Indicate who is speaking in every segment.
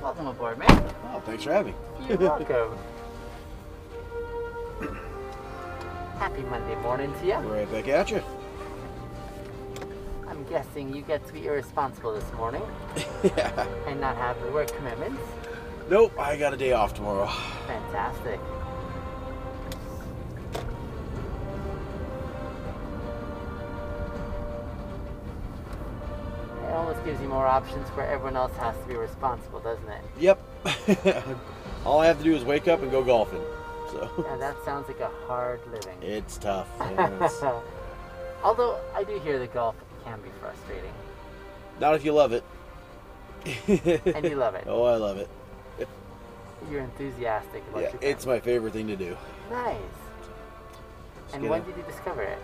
Speaker 1: Welcome aboard, man.
Speaker 2: Oh, thanks for having me.
Speaker 1: You're welcome. Happy Monday morning to you.
Speaker 2: Right back at you.
Speaker 1: I'm guessing you get to be irresponsible this morning
Speaker 2: yeah.
Speaker 1: and not have work commitments.
Speaker 2: Nope, I got a day off tomorrow.
Speaker 1: Fantastic. It almost gives you more options where everyone else has to be responsible, doesn't it?
Speaker 2: Yep. All I have to do is wake up and go golfing. So
Speaker 1: Now that sounds like a hard living.
Speaker 2: it's tough. man. It's-
Speaker 1: Although I do hear that golf can be frustrating,
Speaker 2: not if you love it.
Speaker 1: and you love it.
Speaker 2: oh, I love it.
Speaker 1: You're enthusiastic about
Speaker 2: Yeah,
Speaker 1: your
Speaker 2: it's my favorite thing to do.
Speaker 1: golf. nice.
Speaker 2: Just
Speaker 1: And
Speaker 2: get
Speaker 1: when
Speaker 2: a-
Speaker 1: did you discover it?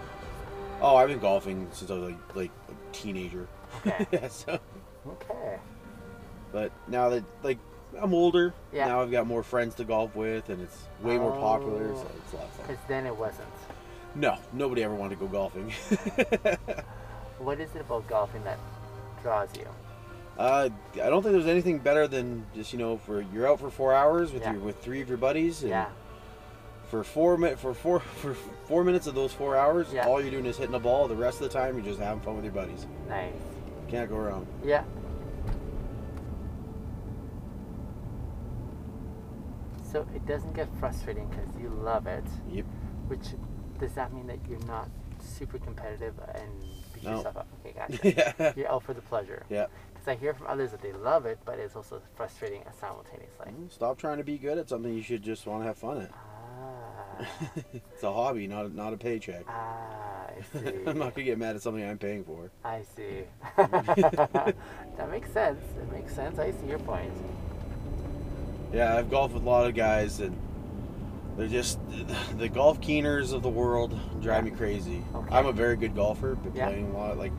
Speaker 2: Oh, I've been golfing since I was like, like a teenager.
Speaker 1: Okay.
Speaker 2: yeah, so,
Speaker 1: Okay.
Speaker 2: but now that like I'm older,
Speaker 1: Yeah.
Speaker 2: now I've got more friends to golf with, and it's way more popular. So
Speaker 1: Oh.
Speaker 2: it's a lot of fun.
Speaker 1: Because then it wasn't.
Speaker 2: No, nobody ever wanted to go golfing.
Speaker 1: What is it about golfing that draws you?
Speaker 2: Uh, I don't think there's anything better than just you know for you're out for four hours with
Speaker 1: Yeah.
Speaker 2: your with three of your buddies and
Speaker 1: Yeah.
Speaker 2: for four mi- for four for four minutes of those four hours
Speaker 1: Yeah.
Speaker 2: all you're doing is hitting a ball the rest of the time you're just having fun with your buddies
Speaker 1: Nice.
Speaker 2: can't go wrong
Speaker 1: Yeah. So it doesn't get frustrating because you love it.
Speaker 2: Yep.
Speaker 1: Which does that mean that you're not super competitive and beat
Speaker 2: No.
Speaker 1: yourself up? Okay, gotcha.
Speaker 2: yeah
Speaker 1: you're out for the pleasure.
Speaker 2: Yeah.
Speaker 1: Because I hear from others that they love it, but it's also frustrating simultaneously.
Speaker 2: stop trying to be good at something you should just want to have fun at
Speaker 1: Ah,
Speaker 2: it's a hobby not a, not a paycheck
Speaker 1: ah, I see.
Speaker 2: I'm not gonna get mad at something I'm paying for
Speaker 1: I see. that makes sense. It makes sense. I see your point.
Speaker 2: yeah I've golfed with a lot of guys and they're just the golf keeners of the world drive
Speaker 1: Yeah.
Speaker 2: me crazy
Speaker 1: Okay.
Speaker 2: I'm a very good golfer been
Speaker 1: Yeah.
Speaker 2: playing a lot like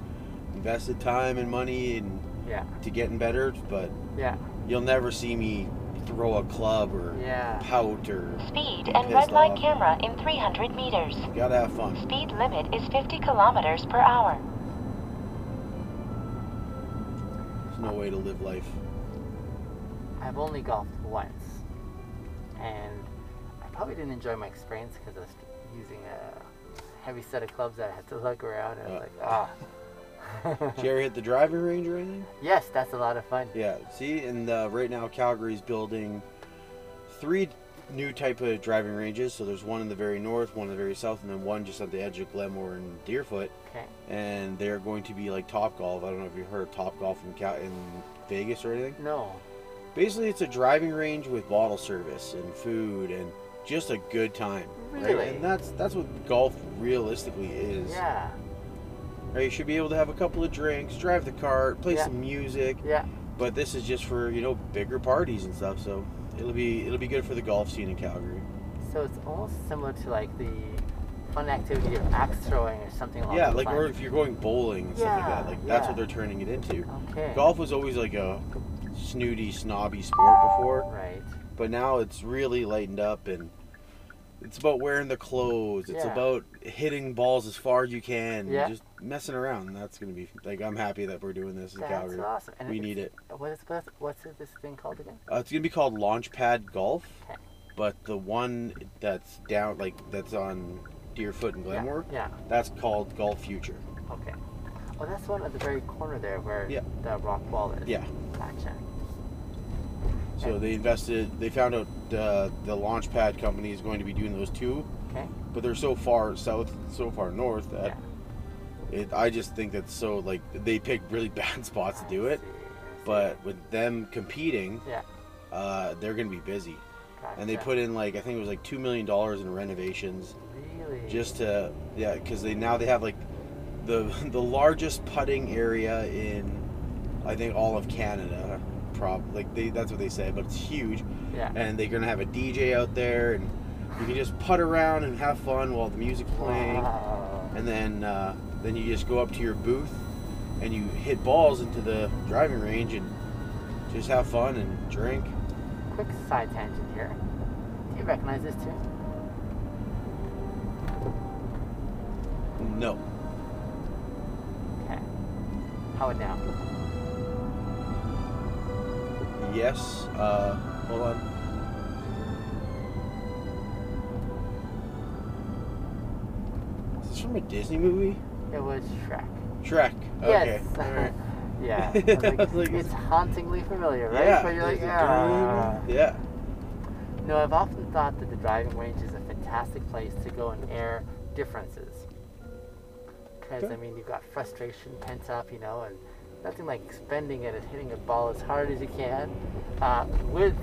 Speaker 2: invested time and money and
Speaker 1: Yeah.
Speaker 2: to getting better but
Speaker 1: Yeah.
Speaker 2: you'll never see me throw a club or
Speaker 1: Yeah.
Speaker 2: pout or
Speaker 3: Speed and
Speaker 2: Pissed
Speaker 3: red
Speaker 1: uh,
Speaker 3: light
Speaker 2: off.
Speaker 3: camera in 300 meters.
Speaker 2: gotta have fun.
Speaker 3: Speed limit is 50 kilometers per hour.
Speaker 2: There's no way to live life.
Speaker 1: I've only golfed once, and I probably didn't enjoy my experience because I was using a heavy set of clubs that I had to lug around, and I was like,
Speaker 2: Uh.
Speaker 1: ah.
Speaker 2: Did you ever hit the driving range or anything?
Speaker 1: yes, that's a lot of fun.
Speaker 2: Yeah. See, and uh, right now Calgary's building three new type of driving ranges. So there's one in the very north, one in the very south, and then one just at the edge of Glenmore and Deerfoot.
Speaker 1: Okay.
Speaker 2: And they're going to be like Top Golf. I don't know if you have heard of Top Golf in Cal- in Vegas or anything.
Speaker 1: No.
Speaker 2: Basically, it's a driving range with bottle service and food and just a good time. right?
Speaker 1: Really?
Speaker 2: And that's that's what golf realistically is.
Speaker 1: Yeah.
Speaker 2: Right, you should be able to have a couple of drinks, drive the cart, play
Speaker 1: Yeah.
Speaker 2: some music.
Speaker 1: Yeah.
Speaker 2: But this is just for you know bigger parties and stuff. So it'll be it'll be good for the golf scene in Calgary.
Speaker 1: So it's almost similar to like the fun activity of axe throwing or something along
Speaker 2: yeah,
Speaker 1: those
Speaker 2: like or
Speaker 1: lines.
Speaker 2: if you're going bowling and stuff like that,
Speaker 1: Yeah,
Speaker 2: like that's
Speaker 1: yeah.
Speaker 2: what they're turning it into.
Speaker 1: okay.
Speaker 2: Golf was always like a snooty, snobby sport before,
Speaker 1: Right.
Speaker 2: but now it's really lightened up and it's about wearing the clothes. It's
Speaker 1: Yeah.
Speaker 2: about hitting balls as far as you can. and
Speaker 1: Yeah.
Speaker 2: Just messing around. And that's gonna be like I'm happy that we're doing this in
Speaker 1: That's
Speaker 2: Calgary.
Speaker 1: awesome. And
Speaker 2: We
Speaker 1: it's-
Speaker 2: need it.
Speaker 1: What is what's, what's this thing called again?
Speaker 2: Uh, it's gonna be called Launchpad Golf,
Speaker 1: Okay.
Speaker 2: but the one that's down, like that's on Deerfoot and
Speaker 1: Yeah,
Speaker 2: Glenmore,
Speaker 1: Yeah.
Speaker 2: that's called Golf Future.
Speaker 1: Okay. Oh, that's one at the very corner there where
Speaker 2: Yeah.
Speaker 1: the rock wall is.
Speaker 2: Yeah.
Speaker 1: Gotcha.
Speaker 2: So they invested. They found out uh, the Launchpad company is going to be doing those two,
Speaker 1: Okay.
Speaker 2: but they're so far south, so far north that it. I just think that's so like they picked really bad spots to do
Speaker 1: I
Speaker 2: it.
Speaker 1: see, I see.
Speaker 2: But with them competing,
Speaker 1: Yeah.
Speaker 2: uh, they're gonna be busy,
Speaker 1: Gotcha.
Speaker 2: and they put in like I think it was like two million dollars in renovations.
Speaker 1: really
Speaker 2: just to yeah because they now they have like the the largest putting area in i think all of canada prob like they that's what they say but it's huge
Speaker 1: yeah.
Speaker 2: and they're gonna have a dj out there and you can just putt around and have fun while the music's playing
Speaker 1: Wow.
Speaker 2: and then uh, then you just go up to your booth and you hit balls into the driving range and just have fun and drink
Speaker 1: Quick side tangent here. Do you recognize this tune?
Speaker 2: no
Speaker 1: Okay. How it now?
Speaker 2: yes. Uh, hold on. Is this from a Disney movie?
Speaker 1: It was Shrek.
Speaker 2: Shrek. Okay.
Speaker 1: Yes.
Speaker 2: alright.
Speaker 1: yeah. I was like,
Speaker 2: I was like,
Speaker 1: it's
Speaker 2: it's-
Speaker 1: hauntingly familiar, right?
Speaker 2: Yeah.
Speaker 1: but you're like,
Speaker 2: there's a
Speaker 1: yeah.
Speaker 2: dome. Yeah.
Speaker 1: No, I've often thought that the driving range is a fantastic place to go and air differences. Because,
Speaker 2: Okay.
Speaker 1: I mean, you've got frustration pent up, you know, and nothing like expending it and hitting a ball as hard as you can uh, with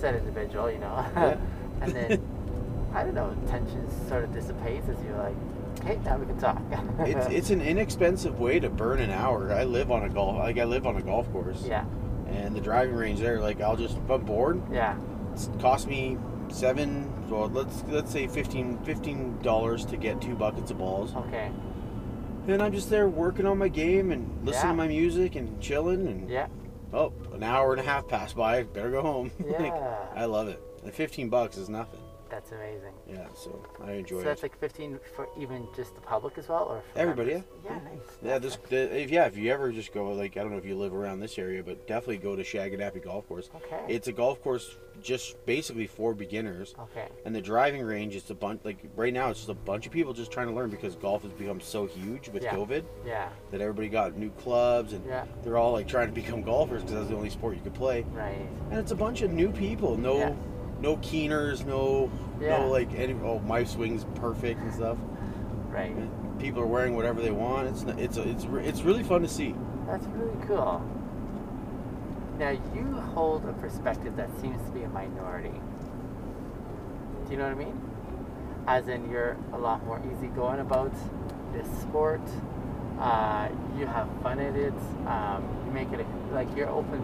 Speaker 1: said individual, you know.
Speaker 2: Yeah.
Speaker 1: and then, I don't know, tension sort of dissipates as you're like, hey, now we can talk.
Speaker 2: It's it's an inexpensive way to burn an hour. I live on a golf like I live on a golf course.
Speaker 1: yeah,
Speaker 2: And the driving range there, like I'll just if I'm bored,
Speaker 1: yeah,
Speaker 2: it's cost me seven well let's let's say 15 15 dollars to get two buckets of balls
Speaker 1: okay,
Speaker 2: and i'm just there working on my game and listening
Speaker 1: Yeah.
Speaker 2: to my music and chilling and
Speaker 1: yeah,
Speaker 2: oh an hour and a half passed by better go home Like,
Speaker 1: yeah.
Speaker 2: i love it and 15 bucks is nothing
Speaker 1: That's amazing.
Speaker 2: yeah so i enjoy
Speaker 1: So
Speaker 2: it
Speaker 1: that's like 15 for even just the public as well, or for
Speaker 2: Everybody,
Speaker 1: members? Yeah, nice.
Speaker 2: yeah this the, if yeah if you ever just go like i don't know if you live around this area but definitely go to shagadappy golf course
Speaker 1: Okay. Oh.
Speaker 2: it's a golf course just basically for beginners
Speaker 1: okay.
Speaker 2: and the driving range is a bunch like right now it's just a bunch of people just trying to learn because golf has become so huge with
Speaker 1: Yeah.
Speaker 2: covid
Speaker 1: Yeah.
Speaker 2: that everybody got new clubs and
Speaker 1: Yeah.
Speaker 2: they're all like trying to become golfers because that's the only sport you could play
Speaker 1: Right.
Speaker 2: and it's a bunch of new people no
Speaker 1: Yeah.
Speaker 2: no keeners no
Speaker 1: Yeah.
Speaker 2: no like any oh my swing's perfect and stuff
Speaker 1: Right.
Speaker 2: And people are wearing whatever they want it's n- it's a, it's re- it's really fun to see
Speaker 1: That's really cool. Now you hold a perspective that seems to be a minority. Do you know what I mean? As in, you're a lot more easygoing about this sport. Uh, you have fun at it. Um, you make it a, like you're open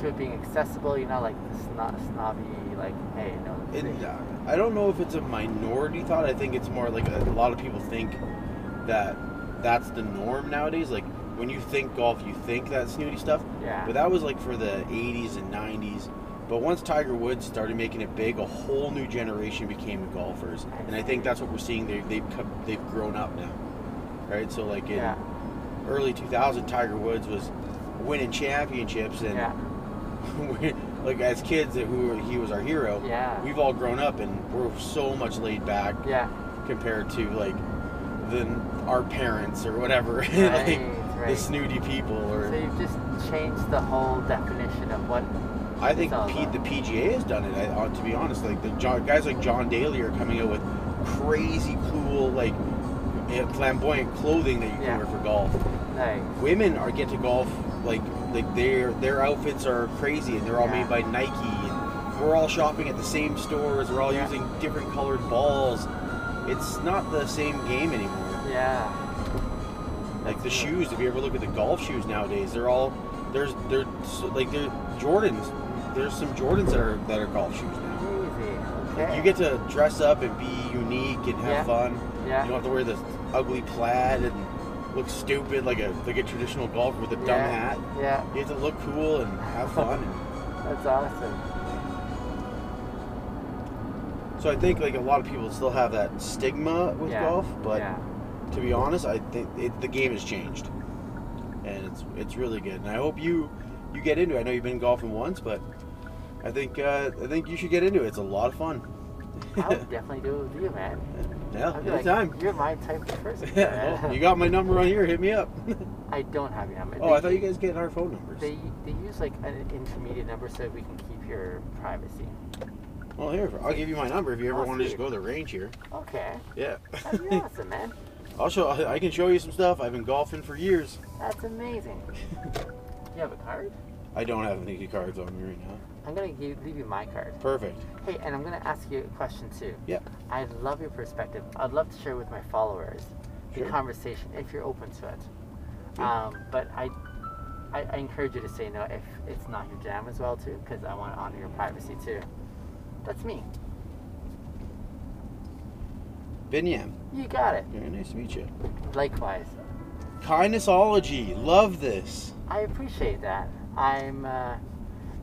Speaker 1: to it being accessible. You're not like the sno- snobby, like, hey, no. this
Speaker 2: And
Speaker 1: is-
Speaker 2: uh, I don't know if it's a minority thought. I think it's more like a, a lot of people think that that's the norm nowadays. Like when you think golf, you think that snooty stuff.
Speaker 1: yeah.
Speaker 2: But that was like for the 80s and 90s. But once Tiger Woods started making it big, a whole new generation became golfers, and I think that's what we're seeing. They, they've come, they've grown up now, right? So like in
Speaker 1: yeah.
Speaker 2: early 2000, Tiger Woods was winning championships, and
Speaker 1: Yeah.
Speaker 2: we- like as kids that we were, he was our hero.
Speaker 1: Yeah.
Speaker 2: We've all grown up and we're so much laid back
Speaker 1: Yeah.
Speaker 2: compared to like than our parents or whatever,
Speaker 1: Right,
Speaker 2: like the
Speaker 1: right.
Speaker 2: snooty people.
Speaker 1: So
Speaker 2: Or
Speaker 1: you've just changed the whole definition of what.
Speaker 2: I think
Speaker 1: it's all
Speaker 2: P,
Speaker 1: about-
Speaker 2: the PGA has done it. I, uh, to be honest, like the John, guys like John Daly are coming out with crazy cool like eh, flamboyant clothing that you can
Speaker 1: Yeah.
Speaker 2: wear for golf.
Speaker 1: Like,
Speaker 2: Women are get to golf like like their their outfits are crazy and they're all
Speaker 1: Yeah.
Speaker 2: made by Nike. And we're all shopping at the same stores. We're all
Speaker 1: Yeah.
Speaker 2: using different colored balls. It's not the same game anymore.
Speaker 1: yeah,
Speaker 2: Like the
Speaker 1: That's true.
Speaker 2: shoes. If you ever look at the golf shoes nowadays, they're all there's they're so- like they're Jordans. There's some Jordans that are that are golf shoes now.
Speaker 1: easy. Okay.
Speaker 2: You get to dress up and be unique and have
Speaker 1: Yeah.
Speaker 2: fun.
Speaker 1: yeah.
Speaker 2: You don't have to wear this ugly plaid and look stupid like a like a traditional golfer with a dumb
Speaker 1: Yeah.
Speaker 2: hat.
Speaker 1: Yeah,
Speaker 2: You have to look cool and have fun.
Speaker 1: that's awesome.
Speaker 2: so I think like a lot of people still have that stigma with
Speaker 1: Yeah,
Speaker 2: golf, but
Speaker 1: yeah,
Speaker 2: to be honest, I think it, the game has changed, and it's it's really good. And I hope you you get into. it. I know you've been golfing once, but I think uh, I think you should get into it. It's a lot of fun.
Speaker 1: I would definitely do it with you, man.
Speaker 2: yeah,
Speaker 1: I'd be like,
Speaker 2: anytime.
Speaker 1: You're my type of person.
Speaker 2: Yeah,
Speaker 1: man."
Speaker 2: well, you got my number on here. Hit me up.
Speaker 1: I don't have your number.
Speaker 2: oh,
Speaker 1: They-
Speaker 2: I thought you guys getting our phone numbers.
Speaker 1: They they use like an intermediate number so we can keep your privacy.
Speaker 2: well, here I'll give you my number if you ever
Speaker 1: Oh,
Speaker 2: want to just
Speaker 1: sweet.
Speaker 2: go to the range here.
Speaker 1: Okay,
Speaker 2: Yeah,
Speaker 1: that'd be awesome, man.
Speaker 2: I'll show. I can show you some stuff. I've been golfing for years.
Speaker 1: That's amazing. You have a card?
Speaker 2: I don't have any cards on me right now.
Speaker 1: I'm gonna give, leave you my card.
Speaker 2: Perfect.
Speaker 1: Hey, and I'm gonna ask you a question too.
Speaker 2: Yeah.
Speaker 1: I love your perspective. I'd love to share with my followers the
Speaker 2: Sure.
Speaker 1: conversation if you're open to it.
Speaker 2: Yeah.
Speaker 1: Um, but I, I, I encourage you to say no if it's not your jam as well too, because I want to honor your privacy too. That's me.
Speaker 2: Binyam,
Speaker 1: You got it.
Speaker 2: very nice to meet you.
Speaker 1: Likewise,
Speaker 2: Kindnessology, love this.
Speaker 1: I appreciate that. I'm uh,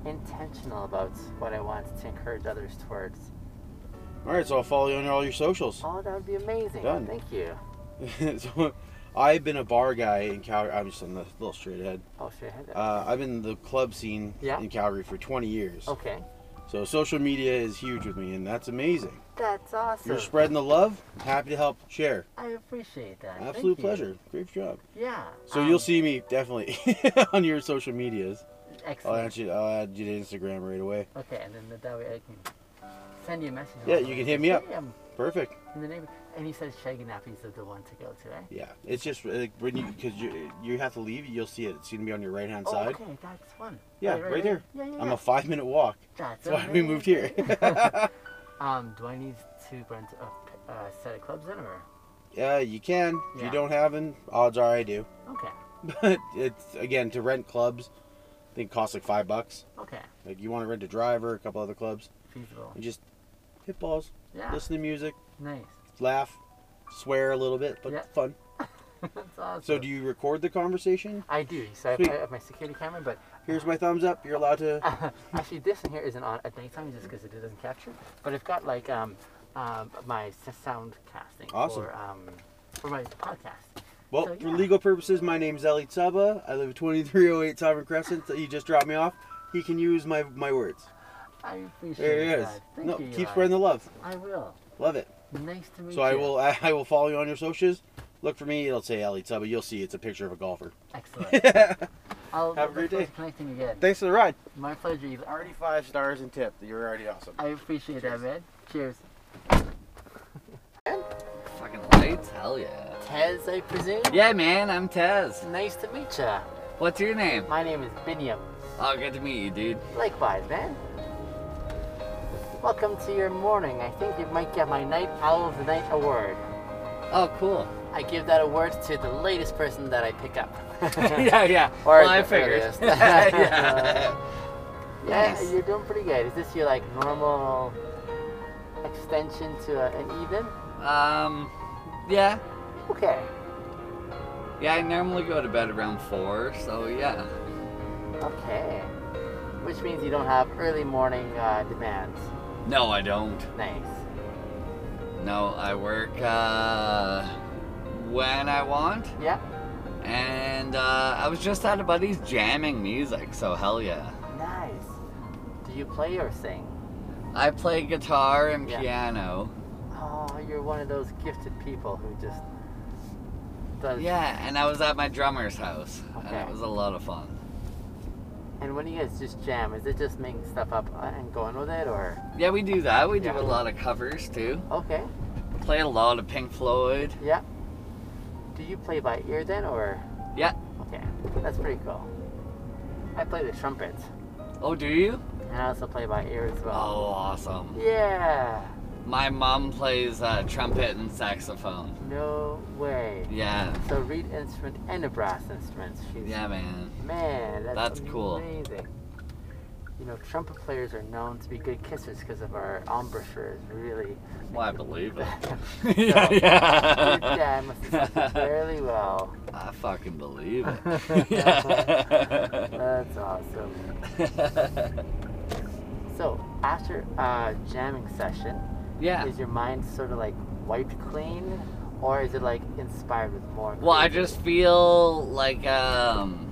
Speaker 1: intentional about what I want to encourage others towards.
Speaker 2: All right, so I'll follow you on all your socials.
Speaker 1: Oh, that would be amazing.
Speaker 2: Done.
Speaker 1: Thank you.
Speaker 2: so I've been a bar guy in Calgary. I'm just on the little straight ahead.
Speaker 1: Oh shit. I had that.
Speaker 2: Uh, I've been in the club scene
Speaker 1: Yeah. Oh.
Speaker 2: in Calgary for 20 years.
Speaker 1: okay.
Speaker 2: So social media is huge with me, and that's amazing.
Speaker 1: That's awesome.
Speaker 2: You're spreading the love. Happy to help share.
Speaker 1: I appreciate that. Thank
Speaker 2: Absolute
Speaker 1: you.
Speaker 2: pleasure. Great job.
Speaker 1: Yeah.
Speaker 2: So
Speaker 1: um,
Speaker 2: you'll see me definitely on your social medias. I'll
Speaker 1: Excellent.
Speaker 2: add you. I'll add you to Instagram right away.
Speaker 1: Okay, and then that way I can send you a message.
Speaker 2: Yeah, you can hit me up.
Speaker 1: Hey, I'm
Speaker 2: Perfect.
Speaker 1: in the neighbor- And you said Shaggy Nappies are the one to go to, eh?
Speaker 2: Yeah. It's just like when you because you you have to leave. You'll see it. It's gonna be on your right hand
Speaker 1: Oh,
Speaker 2: side.
Speaker 1: okay, that's one.
Speaker 2: Yeah, right, there.
Speaker 1: Yeah, yeah.
Speaker 2: I'm
Speaker 1: yeah.
Speaker 2: a five minute walk.
Speaker 1: That's,
Speaker 2: That's why we moved here.
Speaker 1: Um, do I need to rent a, a uh, set of clubs in, or
Speaker 2: yeah, you can. If
Speaker 1: Yeah.
Speaker 2: you don't have them, odds are I do.
Speaker 1: okay,
Speaker 2: But it's again to rent clubs. I think it costs like five bucks.
Speaker 1: okay,
Speaker 2: Like you want to rent a driver, a couple other clubs,
Speaker 1: feasible?
Speaker 2: and just hit balls,
Speaker 1: Yeah,
Speaker 2: listen to music,
Speaker 1: nice.
Speaker 2: laugh, swear a little bit, but
Speaker 1: Yeah.
Speaker 2: fun.
Speaker 1: that's awesome.
Speaker 2: So do you record the conversation?
Speaker 1: I do. So I
Speaker 2: Sweet.
Speaker 1: I have my security camera, but
Speaker 2: Here's my thumbs up. You're allowed to.
Speaker 1: actually this in here isn't on at nighttime just because it doesn't capture. But I've got like um, um my s- sound casting
Speaker 2: Awesome.
Speaker 1: for um for my podcast.
Speaker 2: Well,
Speaker 1: so,
Speaker 2: for
Speaker 1: yeah.
Speaker 2: legal purposes, my name's Ellie Tsaba. I live at 2308 Sovereign Crescent. He just dropped me off. He can use my my words.
Speaker 1: I appreciate
Speaker 2: There he is.
Speaker 1: that. Thank
Speaker 2: No,
Speaker 1: you.
Speaker 2: keep
Speaker 1: Eli.
Speaker 2: spreading the love.
Speaker 1: I will.
Speaker 2: Love it.
Speaker 1: Nice to meet
Speaker 2: So
Speaker 1: you.
Speaker 2: I will I, I will follow you on your socials. Look for me. It'll say Ellie Tsaba. You'll see. It's a picture of a golfer.
Speaker 1: Excellent. I'll
Speaker 2: Have a
Speaker 1: look forward
Speaker 2: great day.
Speaker 1: to Connecting again.
Speaker 2: Thanks for the ride.
Speaker 1: My pleasure. Eli.
Speaker 2: Already five stars and tip. You're already awesome.
Speaker 1: I appreciate that, man. Cheers.
Speaker 4: Fucking lights, hell yeah.
Speaker 1: Tez, I presume?
Speaker 4: Yeah, man, I'm Tez.
Speaker 1: Nice to meet ya.
Speaker 4: What's your name?
Speaker 1: My name is Binyam.
Speaker 4: Oh, good to meet you, dude.
Speaker 1: Likewise, man. Welcome to your morning. I think you might get my Night Owl of the Night award.
Speaker 4: Oh, cool.
Speaker 1: I give that award to the latest person that I pick up.
Speaker 4: yeah, yeah.
Speaker 1: Or
Speaker 4: well, I
Speaker 1: the
Speaker 4: figured.
Speaker 1: earliest.
Speaker 4: yeah.
Speaker 1: Yeah,
Speaker 4: Nice.
Speaker 1: you're doing pretty good. Is this your like normal extension to a, an even?
Speaker 4: Um, yeah.
Speaker 1: Okay.
Speaker 4: Yeah, I normally go to bed around four, so yeah.
Speaker 1: Okay. Which means you don't have early morning uh, demands.
Speaker 4: No, I don't.
Speaker 1: Nice.
Speaker 4: No, I work uh, when I want,
Speaker 1: Yeah.
Speaker 4: and uh, I was just at a buddy's jamming music, so hell yeah.
Speaker 1: Nice. Do you play or sing?
Speaker 4: I play guitar and
Speaker 1: Yeah.
Speaker 4: piano.
Speaker 1: Oh, you're one of those gifted people who just does.
Speaker 4: Yeah, and I was at my drummer's house, and
Speaker 1: Okay.
Speaker 4: it was a lot of fun.
Speaker 1: And when you guys just jam, is it just making stuff up and going with it, or
Speaker 4: Yeah, we do that. We do
Speaker 1: Yeah.
Speaker 4: a lot of covers too.
Speaker 1: okay,
Speaker 4: Play a lot of Pink Floyd.
Speaker 1: yeah? Do you play by ear then, or
Speaker 4: Yeah.
Speaker 1: okay? That's pretty cool. I play the trumpet,
Speaker 4: Oh, do you?
Speaker 1: and I also play by ear as
Speaker 4: Oh,
Speaker 1: well.
Speaker 4: awesome.
Speaker 1: Yeah.
Speaker 4: My mom plays uh, trumpet and saxophone.
Speaker 1: No way.
Speaker 4: Yeah.
Speaker 1: So reed instrument and a brass instrument. She's
Speaker 4: Yeah, man.
Speaker 1: Man, that's,
Speaker 4: That's cool.
Speaker 1: Amazing. You know, trumpet players are known to be good kissers because of our embouchure is really.
Speaker 4: Well, I believe it.
Speaker 1: So,
Speaker 4: yeah, yeah.
Speaker 1: yeah, I must have done fairly well.
Speaker 4: I fucking believe it. yeah.
Speaker 1: That's awesome. So after a jamming session,
Speaker 4: yeah.
Speaker 1: is your mind sort of like wiped clean, or is it like inspired with more?
Speaker 4: Well, I
Speaker 1: creativity?
Speaker 4: just feel like um,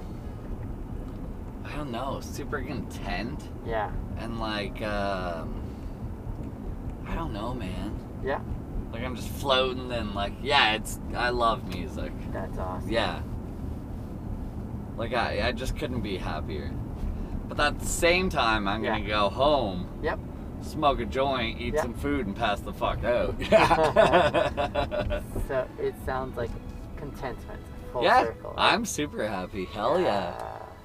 Speaker 4: I don't know, super content.
Speaker 1: Yeah.
Speaker 4: and like um, I don't know, man.
Speaker 1: Yeah.
Speaker 4: Like I'm just floating and like yeah, it's I love music.
Speaker 1: That's awesome.
Speaker 4: Yeah. Like I I just couldn't be happier. But at the same time, I'm gonna go home.
Speaker 1: Yep.
Speaker 4: Smoke a joint, eat
Speaker 1: Yeah.
Speaker 4: some food, and pass the fuck out. Yeah.
Speaker 1: So it sounds like contentment. Full
Speaker 4: yeah.
Speaker 1: circle. right?
Speaker 4: I'm super happy. Hell yeah.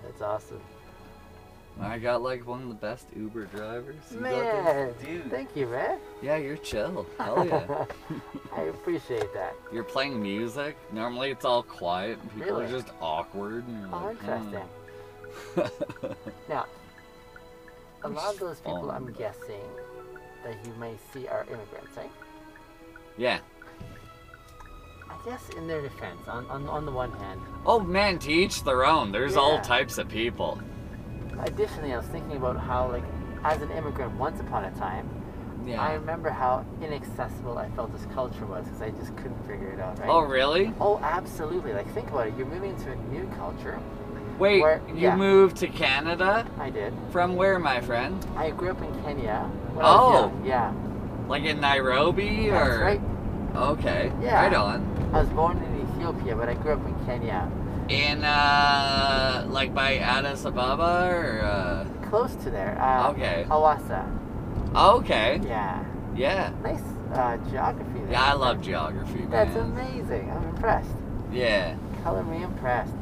Speaker 1: That's awesome.
Speaker 4: I got like one of the best Uber drivers. You got this?
Speaker 1: Man,
Speaker 4: Dude.
Speaker 1: thank you, man.
Speaker 4: Yeah, you're chill. Hell yeah.
Speaker 1: I appreciate that.
Speaker 4: You're playing music. Normally, it's all quiet. and People
Speaker 1: Really?
Speaker 4: are just awkward. And you're
Speaker 1: Oh,
Speaker 4: like, uh,
Speaker 1: interesting.
Speaker 4: "Hmm."
Speaker 1: Now, a
Speaker 4: I'm
Speaker 1: lot of
Speaker 4: just
Speaker 1: those people,
Speaker 4: on
Speaker 1: I'm
Speaker 4: that.
Speaker 1: guessing, that you may see are immigrants, right?
Speaker 4: yeah.
Speaker 1: I guess in their defense, on, on, on the one hand.
Speaker 4: Oh man, to each their own. There's all
Speaker 1: Yeah.
Speaker 4: types of people.
Speaker 1: Additionally, I was thinking about how, like, as an immigrant once upon a time,
Speaker 4: Yeah.
Speaker 1: I remember how inaccessible I felt this culture was because I just couldn't figure it out, right?
Speaker 4: Oh really?
Speaker 1: Oh, absolutely. Like, think about it. You're moving into a new culture.
Speaker 4: Wait,
Speaker 1: Where-
Speaker 4: you
Speaker 1: yeah.
Speaker 4: moved to Canada
Speaker 1: I did.
Speaker 4: from where, my friend?
Speaker 1: I grew up in Kenya. when I was
Speaker 4: Oh.
Speaker 1: young, yeah.
Speaker 4: Like in Nairobi
Speaker 1: That's
Speaker 4: or?
Speaker 1: right.
Speaker 4: Okay.
Speaker 1: Yeah.
Speaker 4: Right on.
Speaker 1: I was born in Ethiopia, but I grew up in Kenya.
Speaker 4: In uh, like by Addis Ababa or? Uh...
Speaker 1: Close to there. Uh,
Speaker 4: Okay.
Speaker 1: Hawassa.
Speaker 4: oh, Okay.
Speaker 1: Yeah.
Speaker 4: Yeah.
Speaker 1: Nice uh, geography there.
Speaker 4: Yeah, I love geography, man.
Speaker 1: That's amazing. I'm impressed.
Speaker 4: Yeah.
Speaker 1: Color me impressed.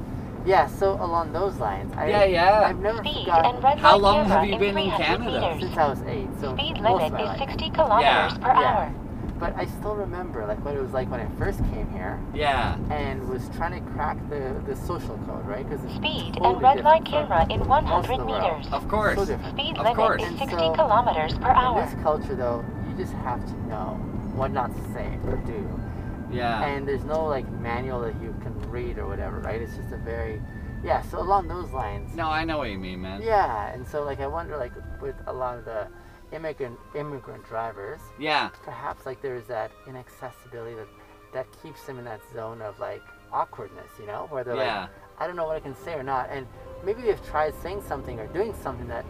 Speaker 1: Yeah, so along those lines, I,
Speaker 4: Yeah, yeah.
Speaker 1: I've never
Speaker 3: Speed
Speaker 1: forgotten
Speaker 3: and red
Speaker 4: How
Speaker 3: light
Speaker 4: long
Speaker 3: camera
Speaker 4: have you
Speaker 3: in
Speaker 4: been in
Speaker 3: 300
Speaker 4: Canada?
Speaker 3: Meters.
Speaker 1: since I was eight. So
Speaker 3: Speed
Speaker 1: most of
Speaker 3: limit
Speaker 1: my
Speaker 3: is
Speaker 1: life.
Speaker 3: 60 kilometers per
Speaker 1: Yeah.
Speaker 3: hour.
Speaker 1: But I still remember like what it was like when I first came here
Speaker 4: Yeah.
Speaker 1: and was trying to crack the, the social code, right? Because
Speaker 3: Speed
Speaker 1: totally
Speaker 3: and red light
Speaker 1: different
Speaker 3: camera
Speaker 1: from
Speaker 3: in
Speaker 1: most of
Speaker 3: 100
Speaker 1: the world.
Speaker 3: meters.
Speaker 4: Of
Speaker 1: So
Speaker 4: course.
Speaker 1: different.
Speaker 3: Speed
Speaker 4: Of
Speaker 3: limit
Speaker 4: course.
Speaker 3: is
Speaker 1: And
Speaker 3: 60
Speaker 1: so-
Speaker 3: kilometers per hour.
Speaker 1: In this culture, though, you just have to know what not to say or do.
Speaker 4: Yeah.
Speaker 1: and there's no like manual that you can read or whatever, right? It's just a very, yeah. So along those lines,
Speaker 4: No, I know what you mean, man.
Speaker 1: yeah. And so like I wonder like with a lot of the immigrant immigrant drivers,
Speaker 4: Yeah.
Speaker 1: perhaps like there's that inaccessibility that that keeps them in that zone of like awkwardness, you know, where they're
Speaker 4: Yeah.
Speaker 1: like, I don't know what I can say or not, and maybe they've tried saying something or doing something that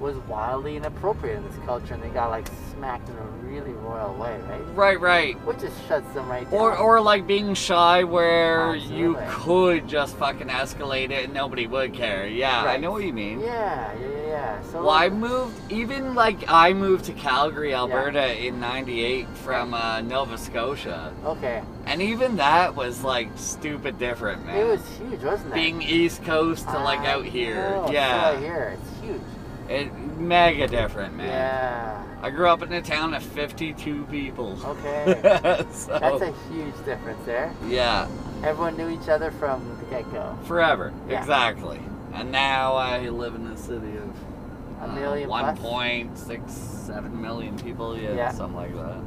Speaker 1: was wildly inappropriate in this culture, and they got like smacked in a really royal way, right?
Speaker 4: Right, right.
Speaker 1: Which just shuts them right down.
Speaker 4: Or, or like being shy where you
Speaker 1: Absolutely.
Speaker 4: could just fucking escalate it and nobody would care. Yeah, I
Speaker 1: Right.
Speaker 4: know what you mean.
Speaker 1: Yeah, yeah, yeah, yeah. So
Speaker 4: Well, I
Speaker 1: like-
Speaker 4: moved, even like I moved to Calgary, Alberta in 98 from uh, Nova Scotia.
Speaker 1: Okay,
Speaker 4: And even that was like stupid different, man.
Speaker 1: it was huge, wasn't it?
Speaker 4: Being East Coast to like
Speaker 1: I
Speaker 4: out here.
Speaker 1: know, so out
Speaker 4: yeah.
Speaker 1: here, it's huge.
Speaker 4: It, mega different, man.
Speaker 1: Yeah. Oh,
Speaker 4: I grew up in a town of 52 people.
Speaker 1: Okay.
Speaker 4: so,
Speaker 1: That's a huge difference there.
Speaker 4: yeah,
Speaker 1: Everyone knew each other from the get go.
Speaker 4: forever.
Speaker 1: Yeah.
Speaker 4: Exactly. And now I live in a city of uh,
Speaker 1: A
Speaker 4: Mm,
Speaker 1: million plus.
Speaker 4: 1.67 million people. Yeah,
Speaker 1: Yeah.
Speaker 4: something like that.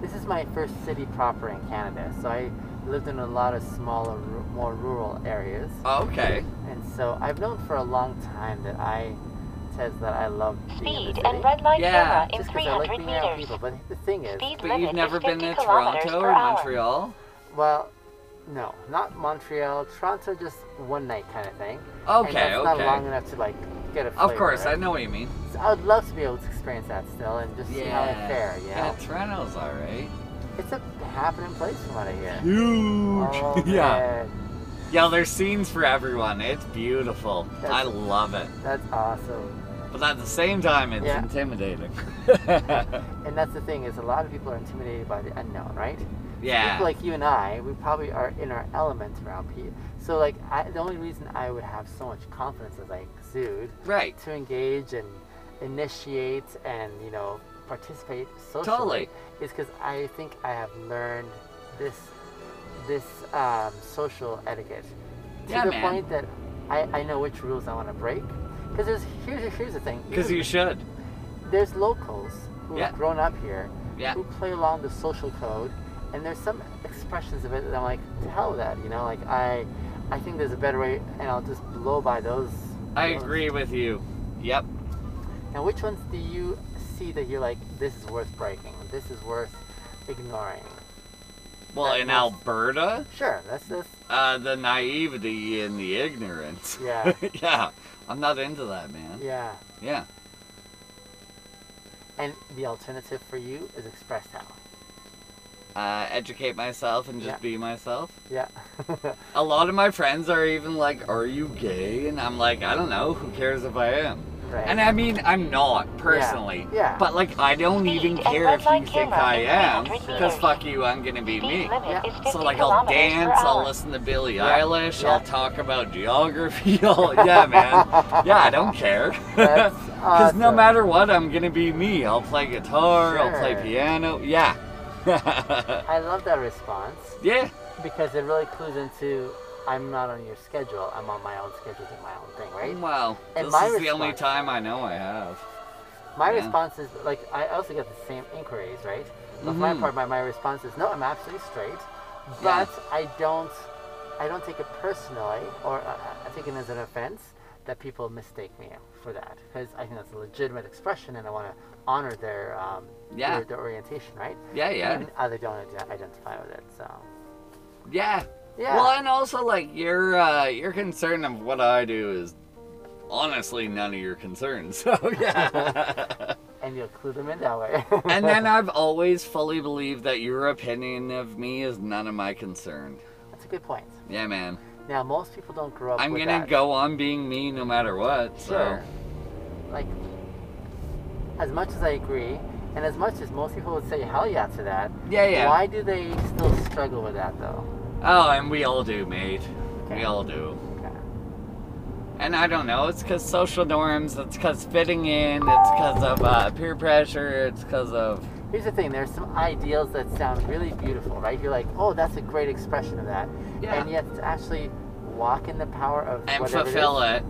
Speaker 1: This is my first city proper in Canada, so I lived in a lot of smaller, ru- more rural areas,
Speaker 4: Uh. Okay.
Speaker 1: and so I've known for a long time that I says that I love being in
Speaker 3: Speed
Speaker 1: the city.
Speaker 3: and red light
Speaker 4: Yeah,
Speaker 3: camera in
Speaker 1: just 'cause I like
Speaker 3: 300
Speaker 1: being around
Speaker 3: meters.
Speaker 1: people. But the thing is,
Speaker 3: Speed
Speaker 4: But
Speaker 3: limit
Speaker 4: you've never
Speaker 3: is 50
Speaker 4: been to
Speaker 3: kilometers
Speaker 4: Toronto
Speaker 3: per
Speaker 4: or
Speaker 3: hour.
Speaker 4: Montreal?
Speaker 1: Well, no, not Montreal. Toronto, just one night kind of thing.
Speaker 4: Okay,
Speaker 1: and that's not
Speaker 4: okay.
Speaker 1: long enough to like get a.
Speaker 4: Of
Speaker 1: flavor,
Speaker 4: course, I
Speaker 1: right?
Speaker 4: know what you mean.
Speaker 1: So I would love to be able to experience that still and just see how I fare. You know,
Speaker 4: Yeah, Toronto's alright.
Speaker 1: it's a happening place from what I hear.
Speaker 4: Huge.
Speaker 1: Oh,
Speaker 4: yeah.
Speaker 1: man,
Speaker 4: Yeah, there's scenes for everyone. It's beautiful.
Speaker 1: That's-
Speaker 4: I love it.
Speaker 1: that's awesome.
Speaker 4: But at the same time, it's
Speaker 1: Yeah.
Speaker 4: intimidating.
Speaker 1: And that's the thing is, a lot of people are intimidated by the unknown, right? People
Speaker 4: yeah.
Speaker 1: like you and I, we probably are in our element around Pete. So like, I, the only reason I would have so much confidence as I exude
Speaker 4: Right.
Speaker 1: to engage and initiate and you know participate socially
Speaker 4: Totally.
Speaker 1: is because I think I have learned this this um, social etiquette to
Speaker 4: Yeah,
Speaker 1: the
Speaker 4: man.
Speaker 1: point that I, I know which rules I want to break. Because there's here's here's the thing.
Speaker 4: Because
Speaker 1: even-
Speaker 4: you should.
Speaker 1: there's locals who
Speaker 4: Yeah.
Speaker 1: have grown up here
Speaker 4: Yeah.
Speaker 1: who play along the social code, and there's some expressions of it that I'm like, to hell with that, you know? Like I I think there's a better way, and I'll just blow by those.
Speaker 4: I
Speaker 1: those
Speaker 4: agree with you. Yep.
Speaker 1: now, which ones do you see that you're like, this is worth breaking? This is worth ignoring?
Speaker 4: Well,
Speaker 1: That
Speaker 4: in
Speaker 1: was-
Speaker 4: Alberta,
Speaker 1: Sure, that's this.
Speaker 4: uh, the naivety and the ignorance.
Speaker 1: Yeah.
Speaker 4: yeah. I'm not into that, man.
Speaker 1: Yeah.
Speaker 4: Yeah.
Speaker 1: And the alternative for you is express how.
Speaker 4: Uh, educate myself and just
Speaker 1: Yeah.
Speaker 4: be myself.
Speaker 1: Yeah.
Speaker 4: A lot of my friends are even like, "Are you gay?" And I'm like, "I don't know. Who cares if I am?"
Speaker 1: right.
Speaker 4: And I mean, I'm not personally.
Speaker 1: yeah.
Speaker 4: But like, I don't
Speaker 3: Speed
Speaker 4: even
Speaker 3: and
Speaker 4: care
Speaker 3: red
Speaker 4: if you
Speaker 3: light
Speaker 4: think
Speaker 3: camera
Speaker 4: I
Speaker 3: in
Speaker 4: am,
Speaker 3: 300
Speaker 4: because
Speaker 3: meters.
Speaker 4: fuck you, I'm gonna be
Speaker 3: Speed
Speaker 4: me.
Speaker 3: limit
Speaker 1: Yeah.
Speaker 3: is 50
Speaker 4: So like, I'll
Speaker 3: kilometers
Speaker 4: dance,
Speaker 3: per hour.
Speaker 4: I'll listen to Billie
Speaker 1: Yeah.
Speaker 4: Eilish,
Speaker 1: Yeah.
Speaker 4: I'll talk about geography. I'll, yeah, man. Yeah, I don't care.
Speaker 1: That's
Speaker 4: Because no
Speaker 1: awesome.
Speaker 4: matter what, I'm gonna be me. I'll play guitar. I'll play
Speaker 1: Sure.
Speaker 4: piano. Yeah.
Speaker 1: I love that response.
Speaker 4: yeah.
Speaker 1: because it really clues into I'm not on your schedule. I'm on my own schedule, doing my own thing, right?
Speaker 4: Wow.
Speaker 1: And
Speaker 4: this
Speaker 1: my
Speaker 4: is the only
Speaker 1: response-
Speaker 4: time I know I have.
Speaker 1: My
Speaker 4: Yeah.
Speaker 1: response is like I also get the same inquiries, right? But my
Speaker 4: Mhm.
Speaker 1: part, my my response is no, I'm absolutely straight,
Speaker 4: Yeah.
Speaker 1: but I don't, I don't take it personally, or uh, I take it as an offense that people mistake me for that because I think that's a legitimate expression, and I want to honor their um,
Speaker 4: Yeah.
Speaker 1: their, their orientation, right?
Speaker 4: Yeah, yeah,
Speaker 1: And other don't ident- identify with it, so
Speaker 4: yeah.
Speaker 1: yeah.
Speaker 4: Well, and also like your uh, your concern of what I do is honestly none of your concerns. So yeah.
Speaker 1: and you'll clue them in that way.
Speaker 4: and then I've always fully believed that your opinion of me is none of my concern.
Speaker 1: that's a good point.
Speaker 4: Yeah, man.
Speaker 1: Now most people don't grow up.
Speaker 4: I'm
Speaker 1: with
Speaker 4: gonna
Speaker 1: that.
Speaker 4: go on being me no matter what. So.
Speaker 1: Sure. Like, as much as I agree, and as much as most people would say hell yeah to that,
Speaker 4: Yeah, yeah.
Speaker 1: why do they still struggle with that though?
Speaker 4: Oh, and we all do, mate.
Speaker 1: Okay.
Speaker 4: We all do.
Speaker 1: Okay.
Speaker 4: And I don't know, it's because social norms, it's because fitting in, it's because of uh, peer pressure, it's because of.
Speaker 1: Here's the thing: there's some ideals that sound really beautiful, right? You're like, oh, that's a great expression of that,
Speaker 4: Yeah.
Speaker 1: and yet to actually walk in the power of
Speaker 4: And
Speaker 1: whatever
Speaker 4: fulfill it.
Speaker 1: it